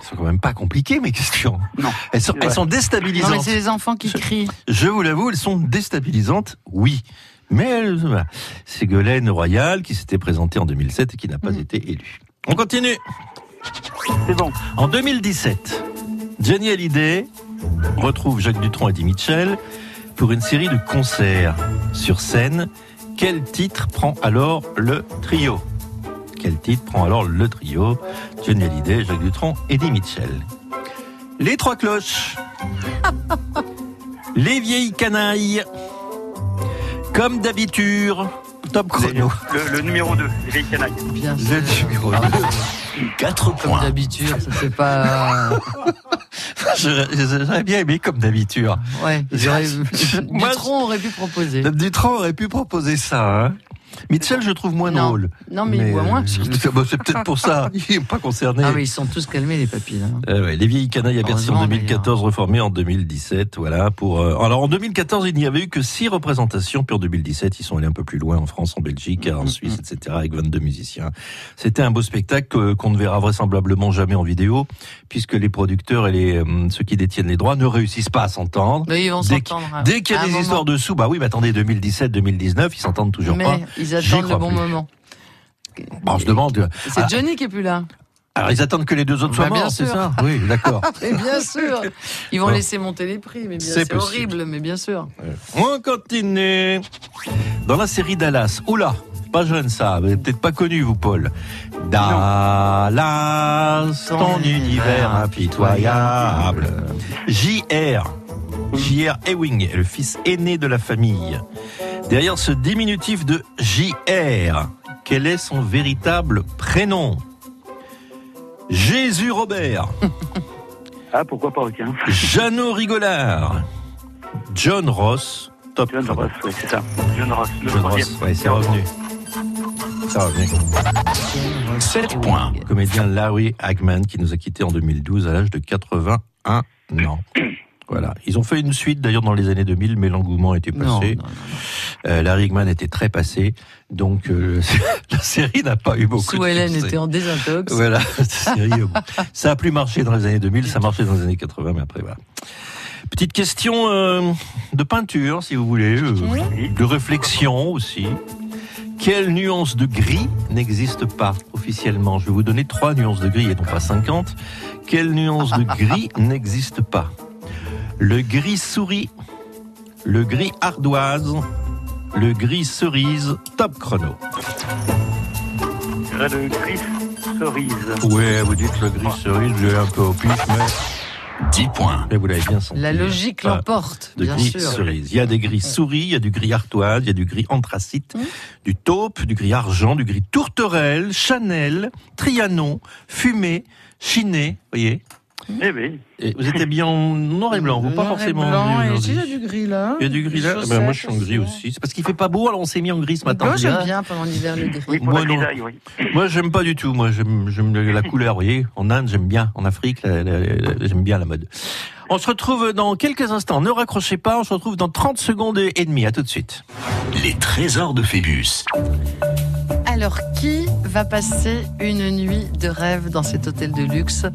Speaker 4: C'est quand même pas compliqué mes questions. Elles sont, elles sont
Speaker 2: Non, mais
Speaker 4: déstabilisantes.
Speaker 2: c'est les enfants qui crient.
Speaker 4: Je vous l'avoue, elles sont déstabilisantes, oui. Mais elles, voilà. Ségolène Royal, qui s'était présentée en 2007 et qui n'a pas été élue. On continue.
Speaker 1: C'est bon.
Speaker 4: En 2017, Johnny Hallyday retrouve Jacques Dutronc et Eddie Mitchell pour une série de concerts sur scène. Quel titre prend alors le trio Quel titre prend alors le trio Johnny Hallyday, Jacques Dutronc et Eddie Mitchell. Les trois cloches. Les vieilles canailles. Comme d'habitude. Top chrono.
Speaker 1: Le, le numéro 2, les vieilles canailles.
Speaker 2: Bien
Speaker 4: Le numéro 4 points. Comme
Speaker 2: d'habitude, c'est pas. euh,
Speaker 4: Ah, J'aurais bien aimé comme d'habitude. <laughs>
Speaker 2: Ouais.
Speaker 4: J'aurais-
Speaker 2: <laughs>
Speaker 4: Moi,
Speaker 2: Dutron aurait pu proposer.
Speaker 4: Dutron aurait pu proposer ça. Hein. Mitchell, je le trouve moins
Speaker 2: Non.
Speaker 4: drôle.
Speaker 2: Non, mais il boit moins,
Speaker 4: euh, bah, C'est peut-être pour ça. Il n'est pas concerné.
Speaker 2: Ah oui, ils sont tous calmés, les papilles. hein.
Speaker 4: Euh, ouais, les vieilles canailles à Bercy en
Speaker 2: Heureusement,
Speaker 4: 2014, reformées en 2017. Voilà pour. euh, Alors en 2014, il n'y avait eu que six représentations. Puis en 2017, ils sont allés un peu plus loin en France, en Belgique, en
Speaker 2: Mm-hmm.
Speaker 4: Suisse, etc. Avec 22 musiciens. C'était un beau spectacle euh, qu'on ne verra vraisemblablement jamais en vidéo, puisque les producteurs et les euh, ceux qui détiennent les droits ne réussissent pas à s'entendre.
Speaker 2: Mais ils vont
Speaker 4: Dès
Speaker 2: s'entendre,
Speaker 4: qu'-
Speaker 2: hein.
Speaker 4: Dès qu'il y
Speaker 2: À
Speaker 4: a
Speaker 2: un
Speaker 4: des
Speaker 2: moment.
Speaker 4: histoires dessous, bah oui, mais attendez, 2017, 2019, ils s'entendent toujours
Speaker 2: Mais
Speaker 4: pas.
Speaker 2: ils
Speaker 4: J'y
Speaker 2: attendent le
Speaker 4: crois
Speaker 2: bon
Speaker 4: plus.
Speaker 2: moment.
Speaker 4: Bon, je demande.
Speaker 2: C'est
Speaker 4: Ah,
Speaker 2: Johnny qui est plus
Speaker 4: <laughs>
Speaker 2: là.
Speaker 4: Alors ils attendent que les deux autres
Speaker 2: Bah,
Speaker 4: soient
Speaker 2: bien
Speaker 4: morts, c'est
Speaker 2: sûr.
Speaker 4: ça Oui,
Speaker 2: <laughs>
Speaker 4: d'accord.
Speaker 2: Mais bien sûr Ils vont
Speaker 4: Bon.
Speaker 2: laisser monter les prix, mais bien-
Speaker 4: Ah. C'est
Speaker 2: c'est
Speaker 4: possible.
Speaker 2: horrible, mais bien sûr.
Speaker 4: On continue. Dans la série Dallas. Oula, pas jeune ça, mais peut-être pas connu vous Paul. Dallas, ton, univers impitoyable. JR. JR Ewing, le fils aîné de la famille. Derrière ce diminutif de JR, quel est son véritable prénom Jésus Robert.
Speaker 1: <laughs> Ah, pourquoi pas, ok. hein.
Speaker 4: Jeannot Rigolard, John Ross, top.
Speaker 1: John Ross, oui, c'est ça. John Ross, le
Speaker 4: John
Speaker 1: troisième.
Speaker 4: Ross, ouais, c'est revenu. Ça revenu. 7 points. Comédien Larry Hagman qui nous a quittés en 2012 à l'âge de 81
Speaker 1: <clears throat>
Speaker 4: ans. Voilà. Ils ont fait une suite d'ailleurs dans les années 2000, mais l'engouement était
Speaker 2: Non,
Speaker 4: passé.
Speaker 2: non,
Speaker 4: Euh, Larry Hagman était très passé, donc euh, <laughs> la série n'a pas eu beaucoup
Speaker 2: Sous
Speaker 4: de
Speaker 2: Hélène
Speaker 4: succès.
Speaker 2: était en désintox.
Speaker 4: Voilà, <laughs> c'est sérieux. ça a plus marché dans les années 2000, ça marchait dans les années 80, mais après, voilà. Petite question euh, de peinture, si vous voulez, euh, de réflexion aussi. Quelle nuance de gris n'existe pas officiellement Je vais vous donner trois nuances de gris et non pas 50. Quelle nuance de gris n'existe pas Le gris souris, le gris ardoise, le gris cerise, top chrono.
Speaker 1: Le gris cerise.
Speaker 4: Ouais, vous dites le gris cerise, je l'ai un peu au pif, mais. 10 points. Et vous l'avez bien senti. hein.
Speaker 2: La logique
Speaker 4: Pas
Speaker 2: l'emporte,
Speaker 4: De
Speaker 2: bien
Speaker 4: gris
Speaker 2: sûr.
Speaker 4: cerise. Il y a des gris souris, il y a du gris artoise, il y a du gris anthracite,
Speaker 2: Hum.
Speaker 4: du taupe, du gris argent, du gris tourterelle, chanel, trianon, fumé, chiné, voyez.
Speaker 1: Eh oui.
Speaker 4: Et vous étiez bien en noir et blanc, vous pas forcément.
Speaker 2: Blanc,
Speaker 4: en
Speaker 2: et
Speaker 4: gris
Speaker 2: si, il y a
Speaker 4: aujourd'hui.
Speaker 2: du gris là.
Speaker 4: Il y a du gris là.
Speaker 2: Des
Speaker 4: Eh ben, moi, je suis
Speaker 2: chaussettes. hein.
Speaker 4: en gris aussi. C'est parce qu'il fait pas beau, alors on s'est mis en gris ce matin.
Speaker 2: Moi,
Speaker 4: on dirait.
Speaker 2: j'aime bien pendant l'hiver le gris.
Speaker 4: moi, non. Moi, j'aime pas du tout. Moi, j'aime j'aime la couleur, vous voyez. En Inde, j'aime bien. En Afrique, la- la- la- j'aime bien la mode. On se retrouve dans quelques instants. Ne raccrochez pas. On se retrouve dans 30 secondes et demie. À tout de suite. Les trésors de Phébus.
Speaker 2: Alors, qui va passer une nuit de rêve dans cet hôtel de luxe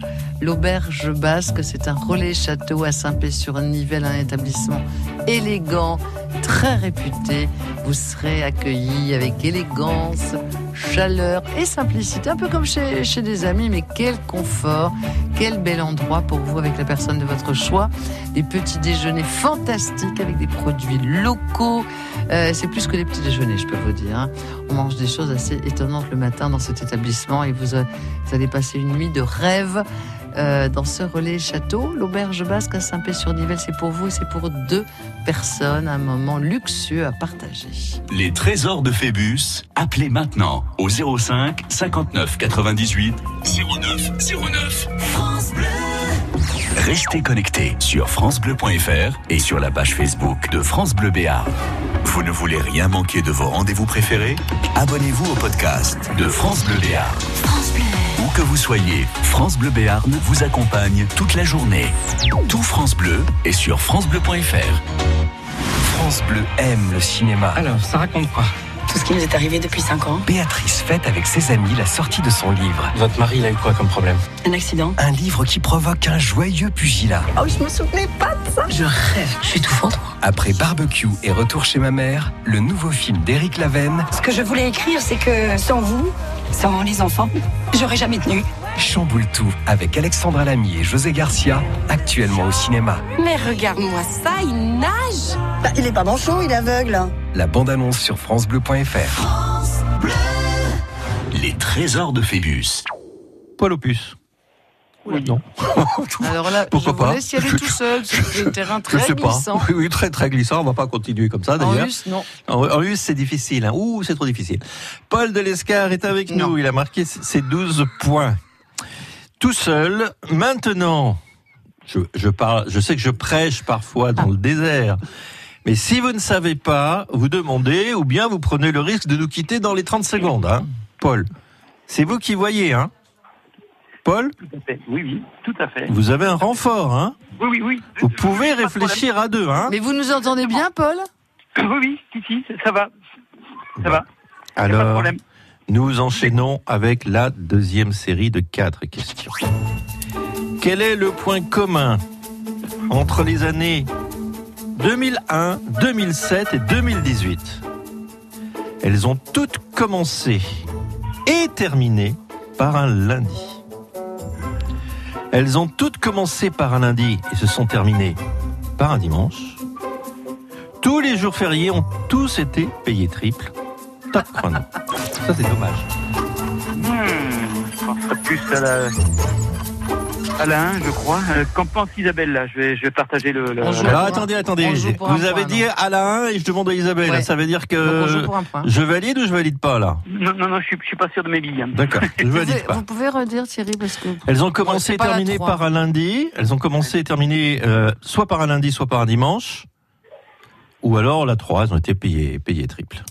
Speaker 2: L'Auberge Basque, c'est un relais château à Saint-Pé-sur-Nivelle, un établissement élégant, très réputé. Vous serez accueillis avec élégance, chaleur et simplicité, un peu comme chez, chez des amis, mais quel confort, quel bel endroit pour vous avec la personne de votre choix. Des petits déjeuners fantastiques avec des produits locaux. Euh, c'est plus que des petits déjeuners, je peux vous dire. hein. On mange des choses assez étonnantes surprenante le matin dans cet établissement et vous, euh, vous allez passer une nuit de rêve euh, dans ce relais château. L'auberge basque à Saint-Pé-sur-Nivelle, c'est pour vous et c'est pour deux personnes, un moment luxueux à partager.
Speaker 3: Les trésors de Phébus, appelez maintenant au 05 59 98 09 09.
Speaker 7: France Bleu.
Speaker 3: Restez connectés sur francebleu.fr et sur la page Facebook de France Bleu Béarn. Vous ne voulez rien manquer de vos rendez-vous préférés Abonnez-vous au podcast de France Bleu Béarn. Où que vous soyez, France Bleu Béarn vous accompagne toute la journée. Tout France Bleu est sur francebleu.fr.
Speaker 16: France Bleu aime le cinéma. Alors, ça raconte quoi
Speaker 17: Tout ce qui nous est arrivé depuis 5 ans.
Speaker 16: Béatrice fête avec ses amis la sortie de son livre. Votre mari, il a eu quoi comme problème
Speaker 17: Un accident.
Speaker 16: Un livre qui provoque un joyeux pugilat.
Speaker 17: Oh, je me souvenais pas de ça. Je rêve. Je suis tout fendre.
Speaker 16: Après Barbecue et Retour chez ma mère, le nouveau film d'Éric Lavenne,
Speaker 17: Ce que je voulais écrire, c'est que sans vous, sans les enfants, j'aurais jamais tenu.
Speaker 16: Chamboule tout avec Alexandra Lamy et José Garcia, actuellement au cinéma.
Speaker 17: Mais regarde-moi ça, il nage. il est pas manchot, il est aveugle.
Speaker 16: La bande-annonce sur francebleu.fr.
Speaker 3: Les trésors de Phébus.
Speaker 4: Paul Opus. Non.
Speaker 2: Alors là,
Speaker 4: Pourquoi
Speaker 2: je vous
Speaker 4: pas
Speaker 2: laisse y aller tout seul. C'est un terrain
Speaker 4: Je
Speaker 2: très
Speaker 4: sais pas.
Speaker 2: glissant.
Speaker 4: <laughs>
Speaker 2: Ah
Speaker 4: Oui, oui, très très glissant. On va pas continuer comme ça d'ailleurs.
Speaker 2: En russe, non.
Speaker 4: En, en russe, c'est difficile. hein. Ouh, c'est trop difficile. Paul Delescar est avec nous. Il a marqué ses 12 points. Tout seul, maintenant, je, je parle, je sais que je prêche parfois dans le désert. Mais si vous ne savez pas, vous demandez ou bien vous prenez le risque de nous quitter dans les 30 secondes. hein. Paul, c'est vous qui voyez. Hein. Paul
Speaker 1: Oui, oui, tout à fait.
Speaker 4: Vous avez un renfort. Hein.
Speaker 1: Oui, oui, oui.
Speaker 4: Vous pouvez réfléchir à deux. Hein.
Speaker 2: Mais vous nous entendez bien, Paul
Speaker 1: Oui, oui, si, si, ça va. Ça va.
Speaker 4: Alors, nous enchaînons avec la deuxième série de quatre questions. Quel est le point commun entre les années 2001, 2007 et 2018 Elles ont toutes commencé et terminé par un lundi. Elles ont toutes commencé par un lundi et se sont terminées par un dimanche. Tous les jours fériés ont tous été payés triple. Top chrono. Ça, c'est dommage.
Speaker 1: Je penserais plus à la. À la 1, je crois. Euh, Qu'en pense Isabelle, là je vais, je vais partager le. le-
Speaker 4: Alors, Ah, attendez, attendez. Vous avez dit à la 1 et je demande à Isabelle.
Speaker 1: Ouais.
Speaker 4: Ça veut dire que
Speaker 1: Donc, on joue pour un point.
Speaker 4: Euh, je valide ou je valide pas, là
Speaker 1: Non, non, non, je suis, je suis pas sûr de mes billes. hein.
Speaker 2: <laughs>
Speaker 4: D'accord, je
Speaker 2: Vous,
Speaker 4: valide pas.
Speaker 2: vous pouvez redire, Thierry, parce que.
Speaker 4: Elles ont
Speaker 2: Moi,
Speaker 4: commencé
Speaker 2: c'est
Speaker 4: et
Speaker 2: pas la
Speaker 4: terminé
Speaker 2: trois.
Speaker 4: par un lundi. Elles ont commencé et terminé euh, soit par un lundi, soit par un dimanche. Ou alors la 3, elles ont été payées, payées triple.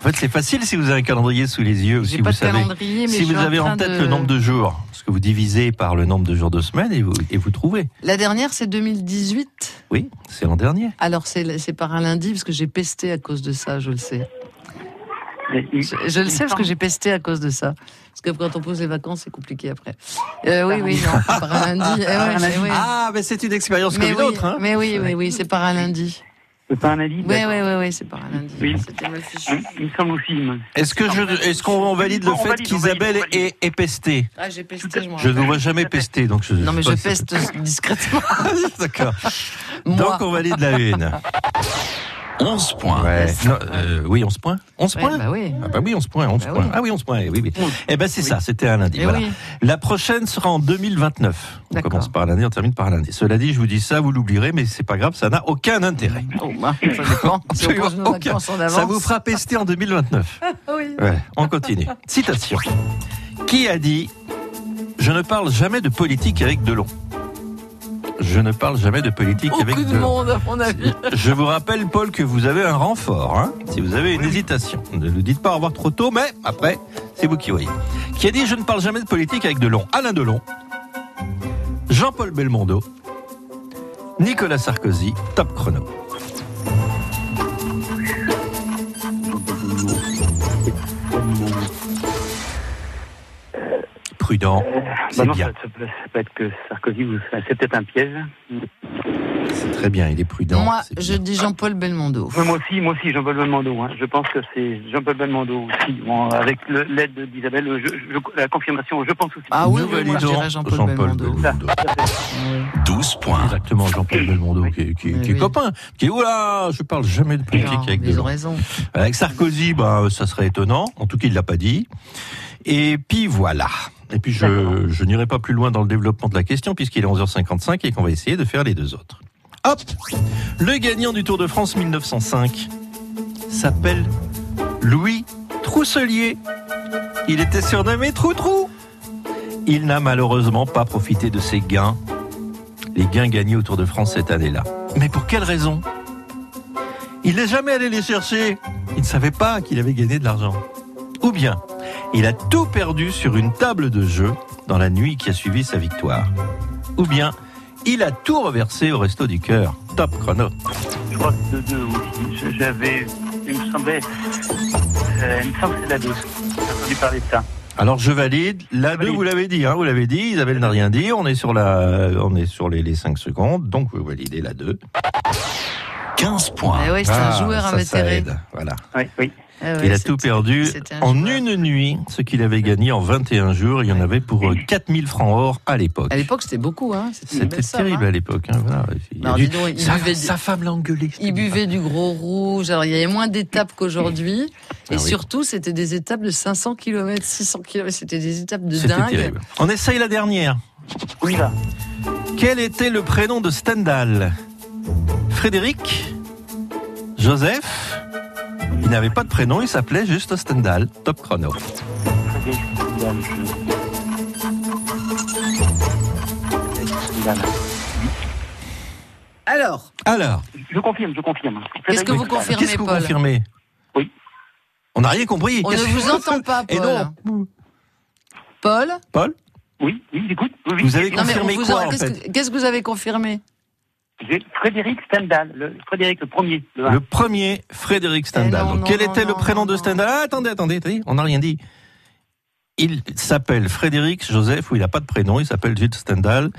Speaker 4: En fait, c'est facile si vous avez un calendrier sous les yeux, ou si
Speaker 2: pas
Speaker 4: vous
Speaker 2: de
Speaker 4: savez,
Speaker 2: calendrier, mais je
Speaker 4: si
Speaker 2: suis
Speaker 4: vous
Speaker 2: en
Speaker 4: avez en
Speaker 2: train
Speaker 4: tête
Speaker 2: de-
Speaker 4: le nombre de jours, parce que vous divisez par le nombre de jours de semaine et vous, et vous trouvez.
Speaker 2: La dernière, c'est 2018.
Speaker 4: Oui, c'est l'an dernier.
Speaker 2: Alors, c'est c'est par un lundi, parce que j'ai pesté à cause de ça, je le sais. Je, je le sais, parce que j'ai pesté à cause de ça. Parce que quand on pose les vacances, c'est compliqué après. Euh, oui, oui, non, c'est par un lundi. Eh ouais,
Speaker 4: Par un lundi.
Speaker 2: eh ouais.
Speaker 4: Ah, mais c'est une expérience
Speaker 2: Mais
Speaker 4: comme une
Speaker 2: oui,
Speaker 4: autre. Hein.
Speaker 2: Mais oui, oui, oui, c'est par un lundi.
Speaker 1: C'est pas un lundi
Speaker 2: Oui, oui, oui, oui, c'est par un lundi. C'était mal fichu.
Speaker 1: Il me semble aussi. moi.
Speaker 4: Est-ce que je, est-ce qu'on valide le
Speaker 1: On
Speaker 4: fait
Speaker 1: valide, on
Speaker 4: qu'Isabelle est, est pestée
Speaker 2: Ah, j'ai pesté, je m'en
Speaker 4: Je ne vous
Speaker 2: rappelle.
Speaker 4: vois jamais pester, donc je.
Speaker 2: Non, mais je
Speaker 4: Ouais, ça-
Speaker 2: peste discrètement.
Speaker 4: <laughs> D'accord. Donc on valide la une. 11 points. oui, 11 points. 11
Speaker 2: Ouais,
Speaker 4: points
Speaker 2: bah oui.
Speaker 4: Ah bah oui, 11 points, 11 points. Ah oui, 11 points. eh Oui, oui. Eh ben c'est ça, c'était un lundi.
Speaker 2: Eh
Speaker 4: voilà.
Speaker 2: oui.
Speaker 4: La prochaine sera en 2029. On commence par un lundi, on termine par un lundi. Cela dit, je vous dis ça, vous l'oublierez, mais c'est pas grave, ça n'a aucun intérêt.
Speaker 2: ça dépend. Si
Speaker 4: <laughs>
Speaker 2: on pose nos
Speaker 4: Aucun.
Speaker 2: vacances en
Speaker 4: Ça
Speaker 2: avance. Ah
Speaker 4: vous fera pester en 2029.
Speaker 2: <laughs> oui.
Speaker 4: Ouais, on continue. Citation. Qui a dit Je ne parle jamais de politique avec Delon Je ne parle jamais de politique avec
Speaker 2: Beaucoup de
Speaker 4: Delon.
Speaker 2: monde, à mon avis.
Speaker 4: Je vous rappelle, Paul, que vous avez un renfort. hein. si vous avez une hésitation, ne le dites pas au revoir trop tôt, mais après, c'est vous qui voyez. Qui a dit Je ne parle jamais de politique avec Delon Alain Delon, Jean-Paul Belmondo, Nicolas Sarkozy, top chrono. Prudent,
Speaker 1: Bah
Speaker 4: c'est
Speaker 1: non,
Speaker 4: bien.
Speaker 1: ça, ça peut, ça peut être que Sarkozy, vous- c'est peut-être un piège.
Speaker 4: C'est très bien, il est prudent.
Speaker 2: Moi, je dis Jean-Paul Belmondo.
Speaker 1: Oui, moi aussi, moi aussi, Jean-Paul Belmondo. hein. Je pense que c'est Jean-Paul Belmondo aussi, bon, avec le- l'aide d'Isabelle. je- je- la confirmation, je pense aussi.
Speaker 2: Ah oui, oui, moi, je dirais Jean-Paul
Speaker 4: Jean-Paul
Speaker 2: Belmondo.
Speaker 4: Belmondo. 12 points. Exactement, Jean-Paul Belmondo, qui, qui- qui est copain, qui est, oula, je parle jamais de politique avec des gens. Avec Sarkozy, bah, ça serait étonnant. En tout cas, il l'a pas dit. Et puis voilà. Et puis je, je n'irai pas plus loin dans le développement de la question, puisqu'il est 11h55 et qu'on va essayer de faire les deux autres. Hop Le gagnant du Tour de France 1905 s'appelle Louis Trousselier. Il était surnommé Trou-Trou. Il n'a malheureusement pas profité de ses gains, les gains gagnés au Tour de France cette année-là. Mais pour quelle raison Il n'est jamais allé les chercher. Il ne savait pas qu'il avait gagné de l'argent. Ou bien, il a tout perdu sur une table de jeu dans la nuit qui a suivi sa victoire. Ou bien, il a tout reversé au resto du cœur. Top chrono.
Speaker 1: Je crois que de deux, oui. J'avais, il me semblait, euh, il me semble que c'est la douce. J'ai entendu parler de ça.
Speaker 4: Alors je valide. La 2, vous l'avez dit, hein, vous l'avez dit. Isabelle n'a rien dit. On est sur, la, on est sur les, 5 secondes. Donc vous validez la 2. 15 points.
Speaker 2: Eh oui, c'est un joueur
Speaker 4: ah, ça, ça
Speaker 2: invétéré.
Speaker 4: aide. Voilà.
Speaker 2: Ah oui,
Speaker 4: il a
Speaker 2: c'est-
Speaker 4: tout perdu
Speaker 2: c'était un
Speaker 4: en une nuit, ce qu'il avait gagné en 21 jours. Il y en avait pour 4000 francs or à l'époque.
Speaker 2: À l'époque, c'était beaucoup. Hein. C'était une
Speaker 4: C'était
Speaker 2: belle somme,
Speaker 4: terrible
Speaker 2: hein.
Speaker 4: à l'époque. hein, voilà. Il y a
Speaker 2: Alors,
Speaker 4: du-
Speaker 2: dis donc, il
Speaker 4: Ça-
Speaker 2: buvait
Speaker 4: ça- femme l'a engueulé.
Speaker 2: Il buvait du gros rouge. Alors, il y avait moins d'étapes qu'aujourd'hui.
Speaker 4: Ah
Speaker 2: et
Speaker 4: oui.
Speaker 2: surtout, c'était des étapes de 500 km, 600 km. C'était des étapes de
Speaker 4: C'était
Speaker 2: dingue.
Speaker 4: terrible. On essaye la dernière.
Speaker 1: Oui, là.
Speaker 4: Quel était le prénom de Stendhal Frédéric Joseph Il n'avait pas de prénom, il s'appelait juste Stendhal. Top chrono.
Speaker 2: Alors
Speaker 4: Alors
Speaker 1: Je confirme, je confirme.
Speaker 2: Qu'est-ce que vous confirmez,
Speaker 4: Qu'est-ce que vous
Speaker 2: Paul
Speaker 4: confirmez Oui. On n'a rien compris.
Speaker 2: On ne
Speaker 4: Qu'est-ce que-
Speaker 2: vous entend pas, Paul.
Speaker 4: Et non,
Speaker 2: Paul
Speaker 4: Paul
Speaker 1: Oui, oui, j'écoute.
Speaker 4: Vous avez
Speaker 2: Non, mais on
Speaker 4: confirmé
Speaker 2: vous
Speaker 4: quoi,
Speaker 2: en-
Speaker 4: en
Speaker 2: qu'est-ce,
Speaker 4: fait
Speaker 2: que, qu'est-ce que vous avez confirmé
Speaker 1: J'ai Frédéric Stendhal, le, Frédéric le premier. un.
Speaker 4: Le premier, Frédéric Stendhal.
Speaker 1: Eh non,
Speaker 4: Donc,
Speaker 1: non,
Speaker 4: quel
Speaker 1: non,
Speaker 4: était le
Speaker 1: non,
Speaker 4: prénom de Stendhal Ah, Attendez, attendez, attendez, on n'a rien dit. Il s'appelle Frédéric Joseph, ou il n'a pas de prénom, il s'appelle Jude Stendhal.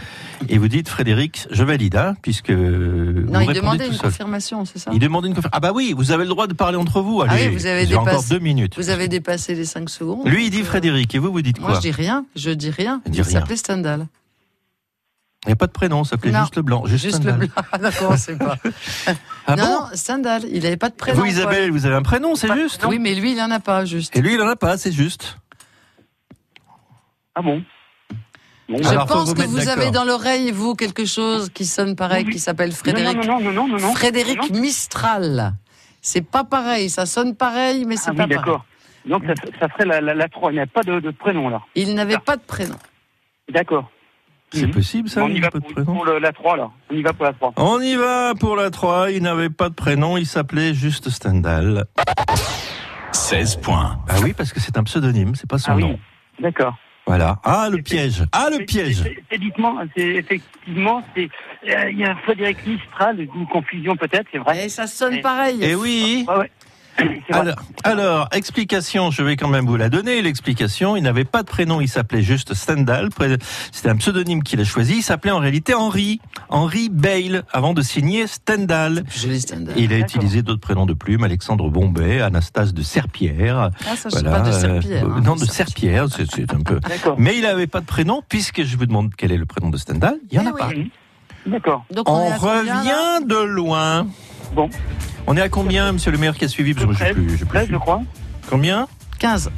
Speaker 4: Et vous dites Frédéric, je valide, hein, puisque.
Speaker 2: Non,
Speaker 4: Non,
Speaker 2: il demandait une confirmation, c'est ça
Speaker 4: Il demandait une confirmation. Ah, bah oui, vous avez le droit de parler entre vous.
Speaker 2: Ah
Speaker 4: Allez,
Speaker 2: oui, vous avez
Speaker 4: j'ai encore
Speaker 2: dépassé-
Speaker 4: deux minutes.
Speaker 2: Vous avez dépassé les 5 secondes.
Speaker 4: Lui, il dit Frédéric, et vous, vous dites
Speaker 2: Moi,
Speaker 4: quoi
Speaker 2: je dis rien. Je dis rien.
Speaker 4: Il dit
Speaker 2: il
Speaker 4: rien.
Speaker 2: s'appelait Stendhal.
Speaker 4: Il n'y a pas de prénom, ça s'appelait
Speaker 2: Non.
Speaker 4: juste le blanc. Juste,
Speaker 2: Juste le
Speaker 4: Stendhal.
Speaker 2: blanc. <laughs> D'accord, c'est pas.
Speaker 4: Ah
Speaker 2: non,
Speaker 4: bon
Speaker 2: non, Stendhal. Il n'avait pas de prénom.
Speaker 4: Vous, Isabelle,
Speaker 2: Paul.
Speaker 4: vous avez un prénom, c'est juste
Speaker 2: Oui, mais lui, il en a pas, juste.
Speaker 4: Et lui, il n'en a pas, c'est juste.
Speaker 1: Ah bon bah,
Speaker 2: Je
Speaker 4: Alors, faut
Speaker 2: pense
Speaker 4: vous
Speaker 2: que
Speaker 4: mettre
Speaker 2: vous avez
Speaker 4: d'accord.
Speaker 2: dans l'oreille, vous, quelque chose qui sonne pareil, qui s'appelle Frédéric.
Speaker 1: Non, non, non, non, non, non.
Speaker 2: Frédéric Mistral. C'est pas pareil, ça sonne pareil, mais c'est
Speaker 1: Ah oui,
Speaker 2: pas pareil.
Speaker 1: d'accord. Donc ça, ça ferait la, la, la 3. Il n'y a pas de, de prénom là.
Speaker 2: Il n'avait pas de prénom.
Speaker 1: D'accord.
Speaker 4: C'est possible, ça
Speaker 1: Mhm. On y va pour, pour le- la 3 là. On y va pour la 3.
Speaker 4: On y va pour la 3. Il n'avait pas de prénom, il s'appelait juste Stendhal. 16 points. Ah oui, parce que c'est un pseudonyme, c'est pas son
Speaker 1: Ah oui.
Speaker 4: nom.
Speaker 1: D'accord.
Speaker 4: Voilà. Ah, le piège. Ah, le piège.
Speaker 1: Effectivement, c'est effectivement, c'est euh, il y a un Frédéric Mistral, une confusion peut-être, c'est vrai.
Speaker 2: Et ça sonne pareil.
Speaker 4: Eh oui.
Speaker 1: Ouais, ouais. C'est vrai.
Speaker 4: Alors, alors, explication, je vais quand même vous la donner. L'explication, il n'avait pas de prénom, il s'appelait juste Stendhal. Pré- C'était un pseudonyme qu'il a choisi. Il s'appelait en réalité Henri. Henri Bale, avant de signer Stendhal. Et il a utilisé d'autres prénoms de plume, Alexandre Bombay, Anastase de Serpierre.
Speaker 2: Ah, ça, je sais pas, de Serpierre,
Speaker 4: euh,
Speaker 2: hein,
Speaker 4: non, de Serpierre, c'est c'est un peu... Mais il n'avait pas de prénom, puisque je vous demande quel est le prénom de Stendhal, il n'y
Speaker 2: Eh
Speaker 4: en a pas.
Speaker 1: Eh D'accord.
Speaker 2: Donc,
Speaker 4: On,
Speaker 2: est à combien, là
Speaker 4: revient de loin.
Speaker 1: Bon.
Speaker 4: On est à combien, monsieur le maire qui a suivi Parce que moi, j'ai plus- j'ai plus
Speaker 1: 13, je crois.
Speaker 4: Combien
Speaker 2: 15.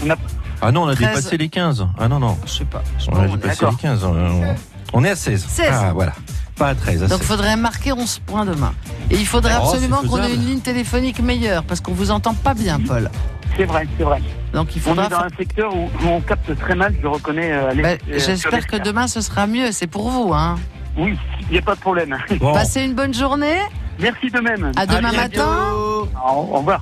Speaker 4: Ah non, on a
Speaker 2: 13.
Speaker 4: dépassé les 15. Ah non, non.
Speaker 2: Je sais pas.
Speaker 4: On a dépassé les 15. On, on est à 16.
Speaker 2: 16.
Speaker 4: Ah voilà. Pas à 13. À
Speaker 2: Donc,
Speaker 4: 16.
Speaker 2: faudrait marquer 11 points demain. Et il faudrait
Speaker 4: Oh,
Speaker 2: absolument
Speaker 4: c'est
Speaker 2: qu'on ait
Speaker 4: faisable. Mhm.
Speaker 2: une ligne téléphonique meilleure, parce qu'on vous entend pas bien, Paul.
Speaker 1: C'est vrai, c'est vrai.
Speaker 2: Donc il
Speaker 1: On
Speaker 2: faudra
Speaker 1: est dans
Speaker 2: faire-
Speaker 1: un secteur où, où on capte très mal, je reconnais. euh, à l'est- euh, sur
Speaker 2: J'espère que
Speaker 1: l'extérieur.
Speaker 2: demain ce sera mieux, c'est pour vous. Hein.
Speaker 1: Oui, il n'y a pas de problème. <laughs>
Speaker 2: Passez une bonne journée.
Speaker 1: Merci de même.
Speaker 2: À demain matin.
Speaker 1: Au au revoir.